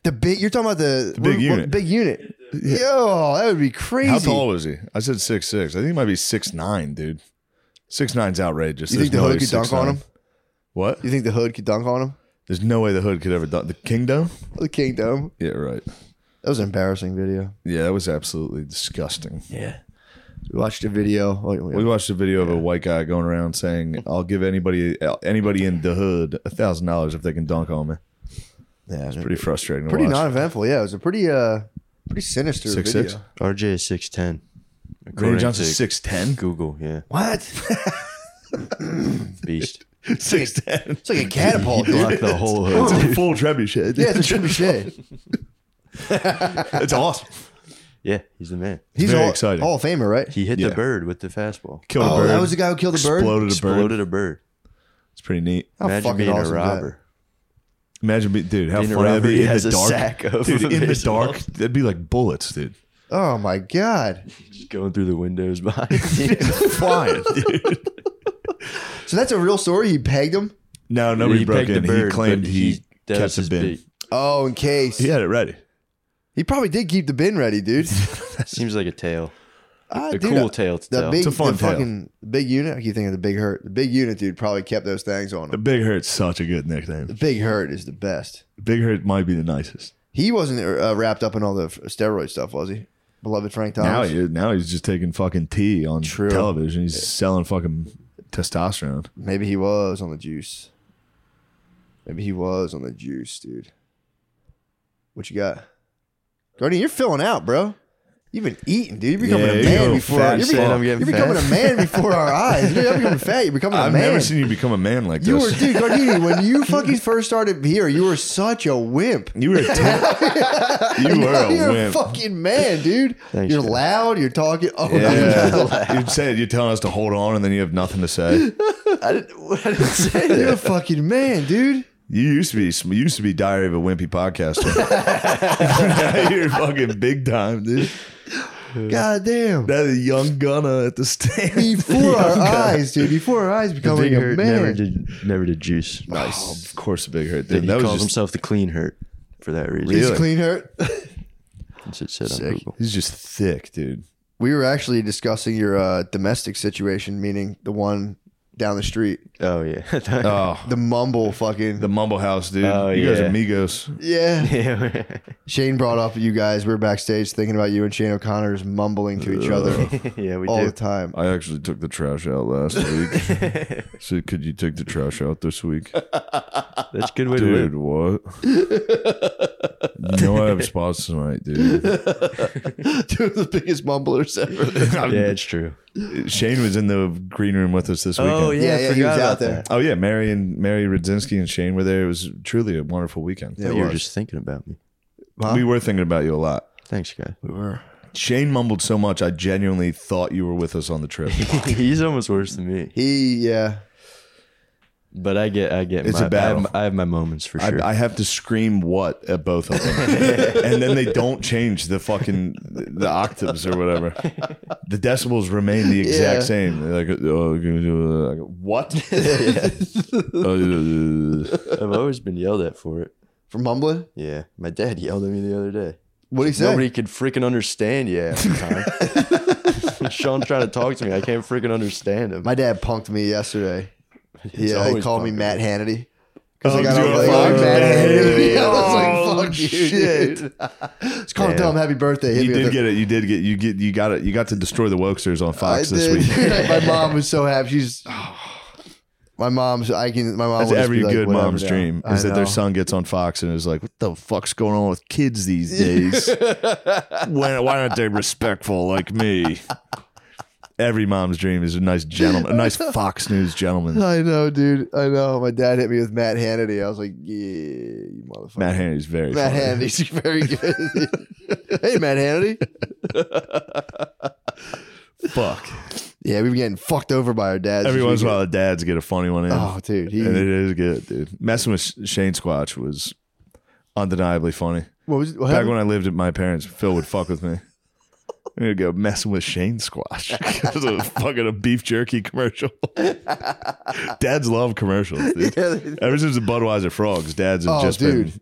The big, you're talking about the,
big
what-
unit.
big unit. Yo, that would be crazy.
How tall was he? I said six six. I think he might be six nine, dude. Six nine's outrageous.
You
There's
think the
no
hood
way
could dunk
6'9".
on him?
What?
You think the hood could dunk on him?
There's no way the hood could ever dunk the kingdom.
The kingdom.
Yeah, right.
That was an embarrassing video.
Yeah, that was absolutely disgusting.
We watched a video. oh, yeah,
We watched a video of a white guy going around saying, "I'll give anybody anybody in the hood a thousand dollars if they can dunk on me."
yeah, it's
Pretty frustrating. To
pretty
watch.
non-eventful. Yeah, it was a pretty uh, pretty sinister
Six,
video.
six?
RJ is six ten.
Randy Johnson's six ten.
Google, yeah,
What?
beast.
Six ten.
It's like a catapult, dude.
Blocked the whole hood.
It's a full trebuchet.
Yeah, it's a trebuchet.
it's awesome.
Yeah, he's the man.
He's
Very
all,
exciting.
Hall of Famer, right?
He hit
Yeah.
the bird with the fastball.
Killed a
oh,
bird.
that was the guy who killed the bird.
Exploded a bird.
Exploded a bird.
It's pretty neat.
How
Imagine
fucking
being
awesome
a
is
robber.
Imagine, be, dude, how
Being a
funny that'd
robber,
be
he
in
has
the
a
dark.
sack of
dude, in the
baseball.
dark, that'd be like bullets, dude.
Oh my god!
Just going through the windows behind. him.
Flying, dude.
So that's a real story. He pegged him.
No, nobody
He
broke
pegged the
in. he
bird,
claimed
but
he,
he- that
kept
was
the
his
bin.
big-
Oh, in case
He had it ready.
he probably did keep the bin ready, dude.
Seems like a tale.
Ah,
A
dude,
cool
I-
tale to
The
tell.
big,
It's a fun
the
tale.
fucking big unit. I keep thinking of the big hurt. The big unit, dude, probably kept those things on
The
him.
Big Hurt's such a good nickname.
The big hurt is the best.
Big Hurt might be the nicest.
He wasn't uh, wrapped up in all the f- steroid stuff, was he? Beloved Frank
Now,
Thomas.
he, now he's just taking fucking tea on
True.
television. He's selling fucking testosterone.
Maybe he was on the juice. Maybe he was on the juice, dude. What you got? Guardian, you're filling out, bro. You've been eating, dude. You're becoming
Yeah,
a
you
man
go
before
fat
our, you're,
saying
becoming-
I'm getting
you're becoming
fat.
a man before our eyes. Dude, you're becoming fat. You're becoming a
I've
man.
never seen you become a man like
you were,
this.
dude, Gardini, when you fucking first started here, you were such a wimp.
you were a ten- you were
Now
a
you're a
wimp.
fucking man, dude.
Thanks,
you're
dude.
loud. You're talking. Oh,
Yeah. you said you're telling us to hold on, and then you have nothing to say.
I didn't, I didn't say
you're a fucking man, dude.
You used to be you used to be Diary of a Wimpy podcaster. now you're fucking big time, dude.
God damn.
That is young gunna at the stand.
Before our eyes, dude. Before our eyes,
The
becoming
big
a
hurt never
man.
did never did juice.
Oh, of course, the big hurt.
He
Dude, that was
calls
just,
himself the clean hurt for that reason.
He's
Really?
clean hurt.
That's what it said on
Sick.
Google.
he's just thick, dude.
We were actually discussing your uh, domestic situation, meaning the one down the street,
Oh yeah.
Oh,
the mumble fucking.
the Mumble House, dude.
Oh,
you guys
yeah.
are Migos.
yeah.
yeah.
Shane brought up you guys. We were backstage thinking about you and Shane O'Connor's mumbling to each other
yeah, we
all the
did.
time.
I actually took the trash out last week. so could you take the trash out this week?
That's a good way to
Dude,
live.
what? you know I have spots tonight, dude.
Two of the biggest mumblers ever.
Yeah, it's true.
Shane was in the green room with us this weekend.
Oh, yeah, I forgot about that.
Oh yeah, Mary and Mary Radzinski and Shane were there. It was truly a wonderful weekend.
Yeah, it
you were
was.
just thinking about me.
Huh?
We were thinking about you a lot.
Thanks, guy.
We were.
Shane mumbled so much, I genuinely thought you were with us on the trip.
He's almost worse than me.
He, yeah.
But I get, I get.
It's
my,
a battle.
I have, I have my moments for sure.
I, I have to scream what at both of them, and then they don't change the fucking the octaves or whatever. The decibels remain the exact
Yeah.
same. They're like oh, gonna do, uh, I go, what? Uh,
I've always been yelled at for it.
For mumbling?
Yeah, my dad yelled at me the other day.
What did he say?
Nobody could freaking understand you half the time. Sean trying to talk to me. I can't freaking understand him.
My dad punked me yesterday.
He's
yeah, he
always
called me
punking
Matt Hannity. Because I
Oh,
got
dude,
all like,
fuck
oh, Matt
Matt
Hannity.
Hannity.
I was
Oh,
like, fuck you. Dude. Just call him, tell him happy birthday. Hit
you
me with
did
a-
get it. You did get. You get. You got it. You got to destroy the wokesters on
I
Fox
did.
this week.
my mom was so happy. She's my mom's. I can. My mom.
That's
will just be
every
like,
good
whatever
mom's
now.
dream
I
is that their
know.
son gets on Fox and is like, "What the fuck's going on with kids these days? when, why aren't they respectful like me?" Every mom's dream is a nice gentleman, a nice Fox News gentleman.
I know, dude. I know. My dad hit me with Matt Hannity. I was like, yeah, you motherfucker.
Matt Hannity's very
Matt
funny.
Hannity's very good. hey, Matt Hannity.
Fuck.
Yeah, we've been getting fucked over by our dads.
Every
this
once in a
weekend.
while, the dads get a funny one in,
Oh, dude.
and it
He,
is good, dude. Messing with Shane Squatch was undeniably funny.
what was what
Back
happened?
when I lived at my parents, Phil would fuck with me. I'm gonna go messing with Shane Squash because of fucking a beef jerky commercial. dads love commercials. Dude. Ever since the Budweiser Frogs, dads have
Oh,
just been.
dude.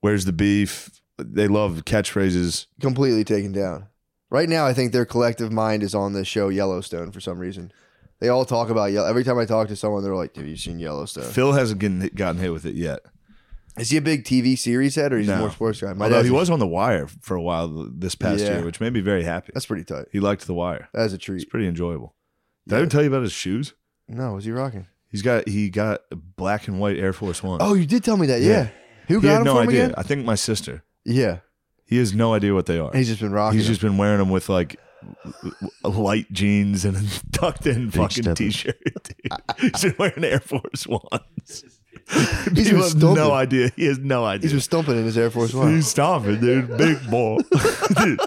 Where's the beef? They love catchphrases.
completely taken down. Right now, I think their collective mind is on this show Yellowstone for some reason. They all talk about Yellowstone. Every time I talk to someone, they're like, "Have you seen Yellowstone?"
Phil hasn't gotten hit, gotten hit with it yet.
Is he a big TV series head or he's
No.
more sports guy? My
Although
dad's-
he was on The Wire for a while th- this past
Yeah.
year, which made me very happy.
That's pretty tight.
He liked The Wire.
That is a
It's
treat.
pretty enjoyable. Did I ever tell you about his shoes?
No, was he rocking?
He's got he got a black and white Air Force One.
Oh, you did tell me that. Yeah.
Yeah.
Who
he
got
had
him
no
for him
idea.
again?
I think my sister.
Yeah.
He has no idea what they are.
He's just been rocking.
He's
them.
just been wearing them with like w- w- light jeans and a tucked in fucking
stepper.
t-shirt. dude. He's been wearing Air Force Ones.
He's
People
been
have
stumping.
no idea. He has no
He's
idea.
been stumping in his Air Force One.
He's stomping, dude. Big boy. Dude.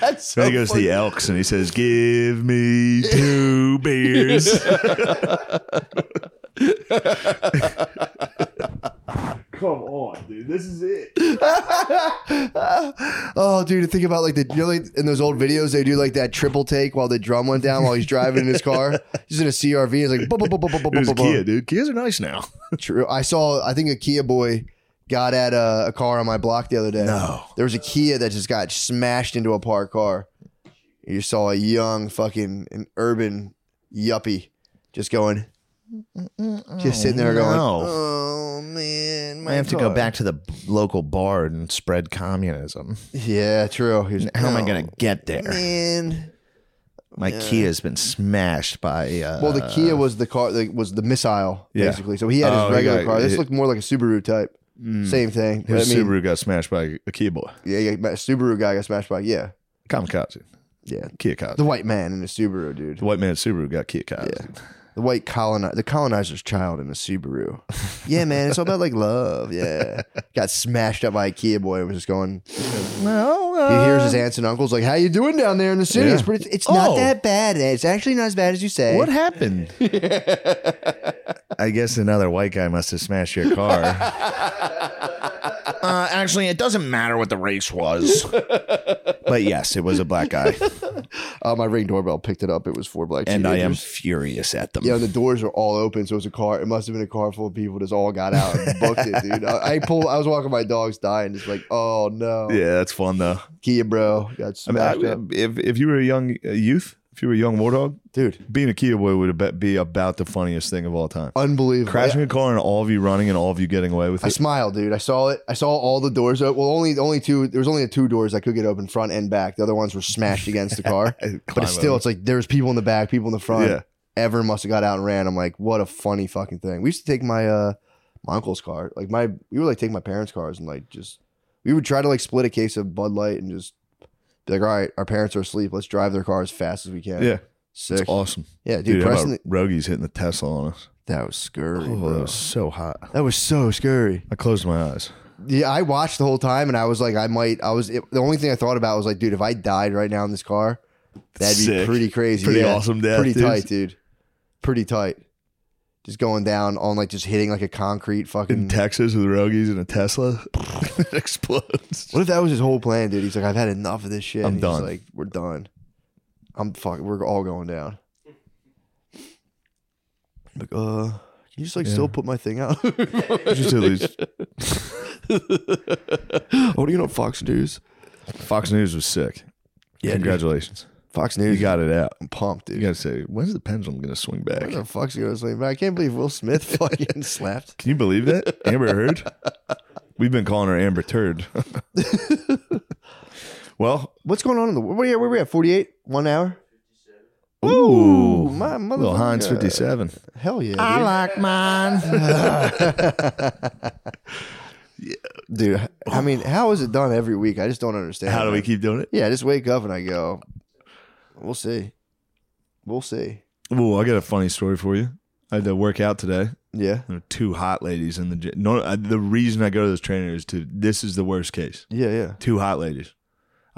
That's so
Then he goes to the Elks and he says, "Give me two beers." Come on, dude. This is it.
oh, dude, to think about like the you know, like, in those old videos they do like that triple take while the drum went down while he's driving in his car. He's in a CRV. He's like, "Bu- bu- bu- bu- bu- bu-
It was
bu-
a
bu-
Kia, dude. Kias are nice now.
True. I saw. I think a Kia boy got at a, a car on my block the other day.
No.
there was a Kia that just got smashed into a parked car. You saw a young fucking an urban yuppie just going, just sitting there going,
no.
"Oh man, my
I have to
car."
go back to the local bar and spread communism.
Yeah, true. He was,
How am I
"No,
going to get there?
man?
My
Yeah.
Kia has been smashed by. Uh,
Well, the Kia was the car, the, was the missile
Yeah.
basically. So he had his
Oh, he
regular
got-
car. This
he-
looked more like a Subaru type. Same thing. but
His
I mean,
Subaru got smashed by a Kia boy,
yeah, yeah, but Subaru guy got smashed by. Yeah,
kamikaze,
yeah.
Kia kaze.
The white man in a Subaru, dude.
The white man Subaru got Kia kaze.
Yeah. The white colonizer, the colonizer's child in a Subaru. Yeah, man, it's all about like love. Yeah, got smashed up by a Kia boy. Was just going.
Well,
He
uh,
hears his aunts and uncles like, "How you doing down there in the city? It's
Yeah.
pretty. It's not
Oh.
that bad. It's actually not as bad as you say."
What happened? I guess another white guy must have smashed your car. uh,
Uh,
actually, it doesn't matter what the race was. but yes, it was a black guy,
Uh, my ring doorbell picked it up. It was four black.
and I am
teenagers.
furious at them.
Yeah, and the doors are all open, so it was a car. It must have been a car full of people. Just all got out and booked it, dude. I, I pulled. I was walking my dogs, dying. Just like, oh no,
yeah, that's fun though.
Kia bro got
I mean,
smashed
I-
up,
if if you were a young uh, youth, if you were a young war dog,
dude.
being a Kia boy would ab- be about the funniest thing of all time.
Unbelievable.
Crashing
I,
a car and all of you running and all of you getting away with
Oh, I
it.
smiled, dude. I saw it. I saw all the doors. Well, only only two. There was only two doors I could get open, front and back. The other ones were smashed against the car. but
Climb
it's still,
over.
it's like there's people in the back, people in the front.
Yeah.
Everyone must have got out and ran. I'm like, what a funny fucking thing. We used to take my uh my uncle's car. Like my we would like take my parents' cars and like just we would try to like split a case of Bud Light and just be like, all right, our parents are asleep. Let's drive their car as fast as we can.
yeah,
Sick.
it's awesome.
yeah, dude,
Dude, how
pressing
about Rogies hitting the Tesla on us.
the- that was scary.
Oh, that
bro.
was so hot.
That was so scary.
I closed my eyes.
Yeah, I watched the whole time, and I was like, I might. I was it, the only thing I thought about was like, dude, if I died right now in this car, that'd be
Sick.
pretty crazy,
Pretty
yeah.
awesome death,
pretty
dude.
tight, dude, pretty tight. Just going down on like just hitting like a concrete
In
fucking.
Texas with Rogies and a Tesla, it explodes.
what if that was his whole plan, dude? He's like, I've had enough of this shit.
I'm
and he's
done.
Like, we're done. I'm fuck. We're all going down. I'm like, uh, can you just like still put my thing out?
Just at least-
what are you on Fox News?
Fox News was sick. Yeah, congratulations.
Fox
You
News.
got it out.
I'm pumped, dude.
You gotta say, when's the pendulum gonna swing back?
What the fuck's he gonna say? Man, I can't believe Will Smith fucking slapped.
Can you believe that? Amber Heard? We've been calling her Amber Turd. well,
What's going on in the world? Where where we at? 48? One hour?
ooh,
My mother.
little Heinz 57.
Hell yeah. Dude.
like mine.
dude, I mean, how is it done every week? I just don't understand.
How do we
man.
keep doing it?
Yeah, I just wake up and I go, we'll see. We'll see.
Ooh, I got a funny story for you. I had to work out today.
Yeah.
There were two hot ladies in the gym. No, I, the reason I go to this trainer is to, this is the worst case.
Yeah, yeah.
two hot ladies.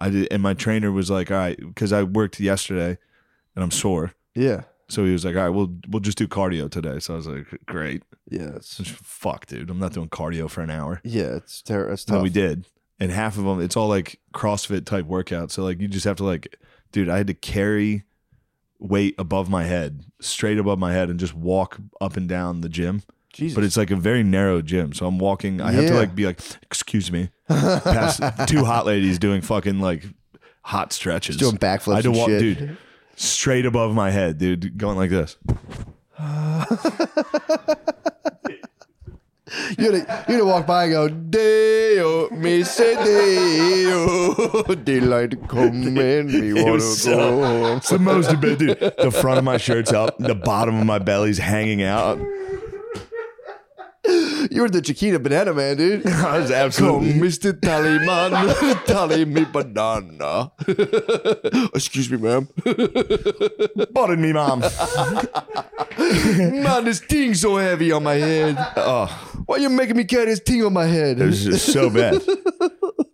I did, and my trainer was like, "All right," because I worked yesterday, and I'm sore.
Yeah.
So he was like, "All right, we'll we'll just do cardio today." So I was like, "Great."
Yeah. It's,
So she- Fuck, dude, I'm not doing cardio for an hour.
yeah, it's terrible. It's
No,
tough.
we did, and half of them, it's all like CrossFit type workouts. So like, you just have to like, dude, I had to carry weight above my head, straight above my head, and just walk up and down the gym.
Jesus.
But it's like a very narrow gym, so I'm walking. I have to
Yeah.
like be like, "Excuse me," past two hot ladies doing fucking like hot stretches,
doing backflips and shit.
dude, straight above my head, dude, going like this.
You gotta, you gotta walk by and go, Deo, me say Deo. Daylight come and we wanna
so-
go home.
It's the most, dude. The front of my shirt's up, the bottom of my belly's hanging out.
You were the Chiquita Banana Man, dude.
I was
Come,
absolutely.
Mr. Tallyman, tally me banana. Excuse me, ma'am.
Pardon me, mom.
Man, this thing's so heavy on my head.
Oh,
Why you making me carry this thing on my head?
it was just so bad.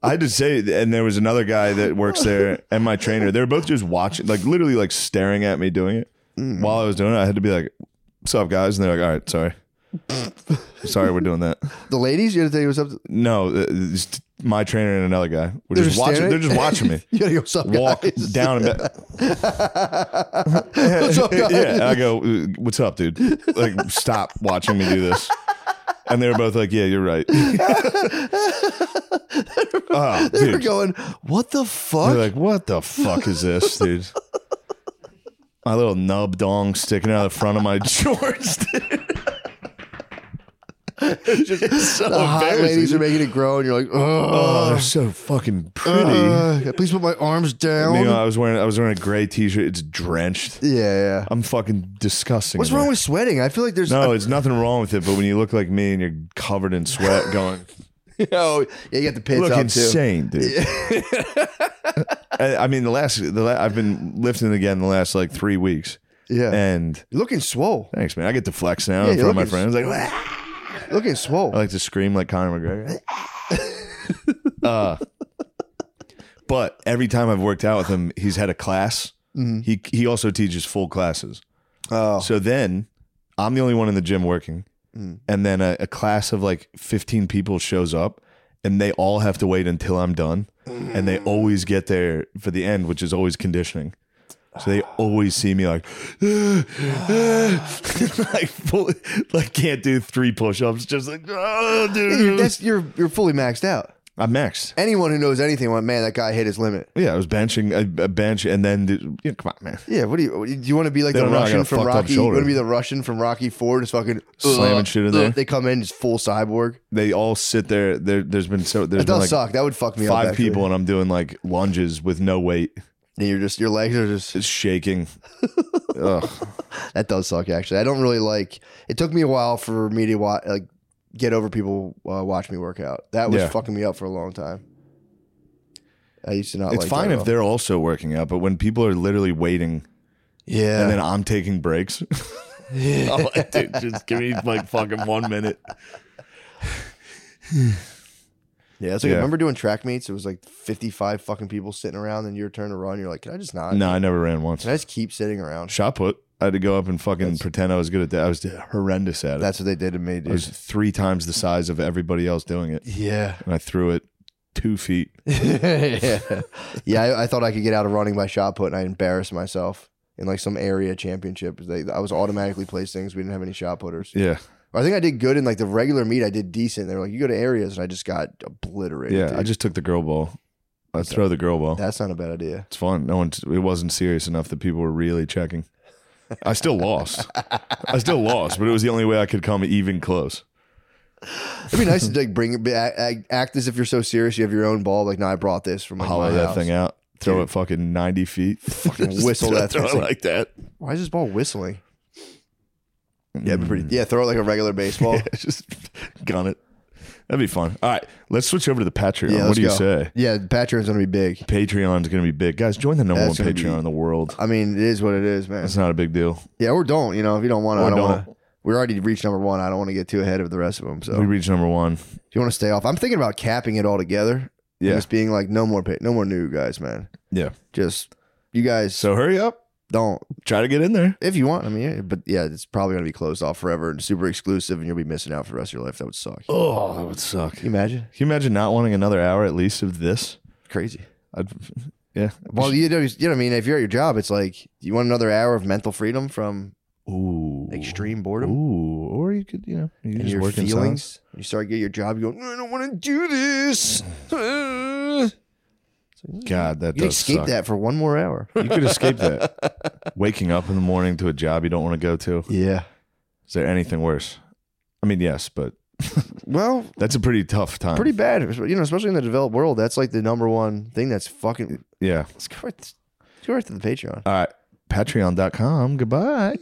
I had to say, and there was another guy that works there, and my trainer. They were both just watching, like literally, like staring at me doing it. While I was doing it, I had to be like, "What's up, guys?" And they're like, "All right, sorry, sorry, we're doing that."
the ladies, you gotta tell you what's up. To,
No, uh, it's t- my trainer and another guy. We're
They're
just watching.
staring?
They're just watching me
you gotta go, what's up,
walk
guys?
down. And back.
What's up, guys?
yeah, and I go, "Uh, "What's up, dude? Like, stop watching me do this." And they were both like, "Yeah, you're right." oh,
They were
dude.
going, what the
They're
fuck?
like, "What the fuck is this, dude?" My little nub dong sticking out of the front of my shorts. dude.
it's so
the hot ladies are
embarrassing.
making it grow, and you're like,
Oh,
oh,
they're so fucking pretty.
please put my arms down.
You know, I was wearing I was wearing a gray T-shirt. It's drenched.
yeah, yeah.
I'm fucking disgusting.
What's
man.
wrong with sweating? I feel like there's
No, it's nothing wrong with it. But when you look like me and you're covered in sweat, going
oh, yeah, you got the pits
look
out
insane, dude. I I mean, the last the la- I've been lifting again the last like three weeks,
too. Yeah,
and
you're looking swole,
thanks, man. I get to flex now
Yeah,
in
you're
front of my
looking-
friends. Like, "Ah."
looking swole.
I like to scream like Conor McGregor. uh, but every time I've worked out with him, he's had a class. He he also teaches full classes.
oh,
So then I'm the only one in the gym working. And then a, a class of like 15 people shows up and they all have to wait until I'm done. And they always get there for the end, which is always conditioning. So they always see me like, like, full, like can't do three push-ups. Just like, oh,
Yeah, you're,
dude,
that's you're you're fully maxed out.
I'm maxed.
Anyone who knows anything went, man, that guy hit his limit.
Yeah, I was benching a, a bench, and then you know, come on, man,
Yeah, what do you do? You want to be like
They
the
don't know I got
Russian
a
from
fucked up
Rocky? You
shoulder.
want to be the Russian from Rocky Four, just fucking uh,
Slamming shit in there.
They come in just full cyborg.
they all sit there. There, there's been so there's
That
been
does
like
suck. That would fuck me up.
five
actually.
people, and I'm doing like lunges with no weight.
and you're just your legs are just.
It's shaking. Ugh.
That does suck. Actually, I don't really like. It took me a while for me to wa- like get over people uh, watch me work out. That was
Yeah.
fucking me up for a long time. I used to not.
It's
like
fine
that at
if
all.
they're also working out, but when people are literally waiting
yeah.
and then I'm taking breaks, I'm like, dude, just give me like fucking one minute.
Yeah, it's like I
Yeah.
remember doing track meets. It was like fifty-five fucking people sitting around, and your turn to run. You're like, can I just not?
No, I never ran once.
Can I just keep sitting around?
Shot put. I had to go up and fucking pretend I was good at that. I was horrendous at it.
That's what they did to me,
I was
dude.
three times the size of everybody else doing it,
Yeah,
and I threw it two feet.
yeah, yeah. I, I thought I could get out of running by shot put, and I embarrassed myself in like some area championship. They, I was automatically placed things. We didn't have any shot putters.
Yeah,
I think I did good in like the regular meet. I did decent. They were like, you go to areas, and I just got obliterated.
yeah.
dude.
I just took the girl ball. I throw the girl ball.
that's not a bad idea.
It's fun. No one. It wasn't serious enough that people were really checking. I still lost. I still lost, but it was the only way I could come even close.
It'd be nice to like bring it back, act, act as if you're so serious. You have your own ball. Like, no, I brought this from like,
hollow
my
that
house.
thing out, throw
Dude.
it fucking ninety feet, fucking
whistle that
throw it
thing.
like that.
Why is this ball whistling? Yeah, it'd be pretty. Yeah, throw it like a regular baseball.
Yeah, just gun it. That'd be fun. All right, let's switch over to the Patreon.
Yeah,
what
let's
do you
go.
say?
yeah, Patreon's gonna be big.
Patreon's gonna be big, guys. Join the number
That's
one
gonna
Patreon
be-
in the world.
I mean, it is what it is, man.
That's not a big deal.
Yeah, or don't. You know, if you don't want to,
Or
I don't.
don't.
Wanna, we already reached number one. I don't want to get too ahead of the rest of them. So
We
if
reached number one.
you want to stay off, I'm thinking about capping it all together. and
Yeah,
just being like, no more, pa- no more new guys, man.
yeah.
Just you guys
So hurry up.
don't
Try to get in there.
if you want. I mean, yeah, but yeah, it's probably gonna be closed off forever and super exclusive, and you'll be missing out for the rest of your life. That would suck. Can
Oh, that would suck.
you imagine?
Can you imagine not wanting another hour at least of this?
Crazy.
I'd, yeah.
Well, you know, you know, what I mean, if you're at your job, it's like you want another hour of mental freedom from
Ooh.
extreme boredom.
Ooh. Or you could, you know, you
and
just
your
work in silence.
feelings. You start getting your job. You go, I don't want to do this. you
God, that
can
does
escape
suck.
that for one more hour.
You could escape that. Waking up in the morning to a job you don't want to go to.
Yeah.
Is there anything worse? I mean, yes, but
Well,
that's a pretty tough time.
pretty bad. You know, especially in the developed world, that's like the number one thing that's fucking.
Yeah.
Let's go right, let's go right to the Patreon.
All right. Patreon.com. Goodbye.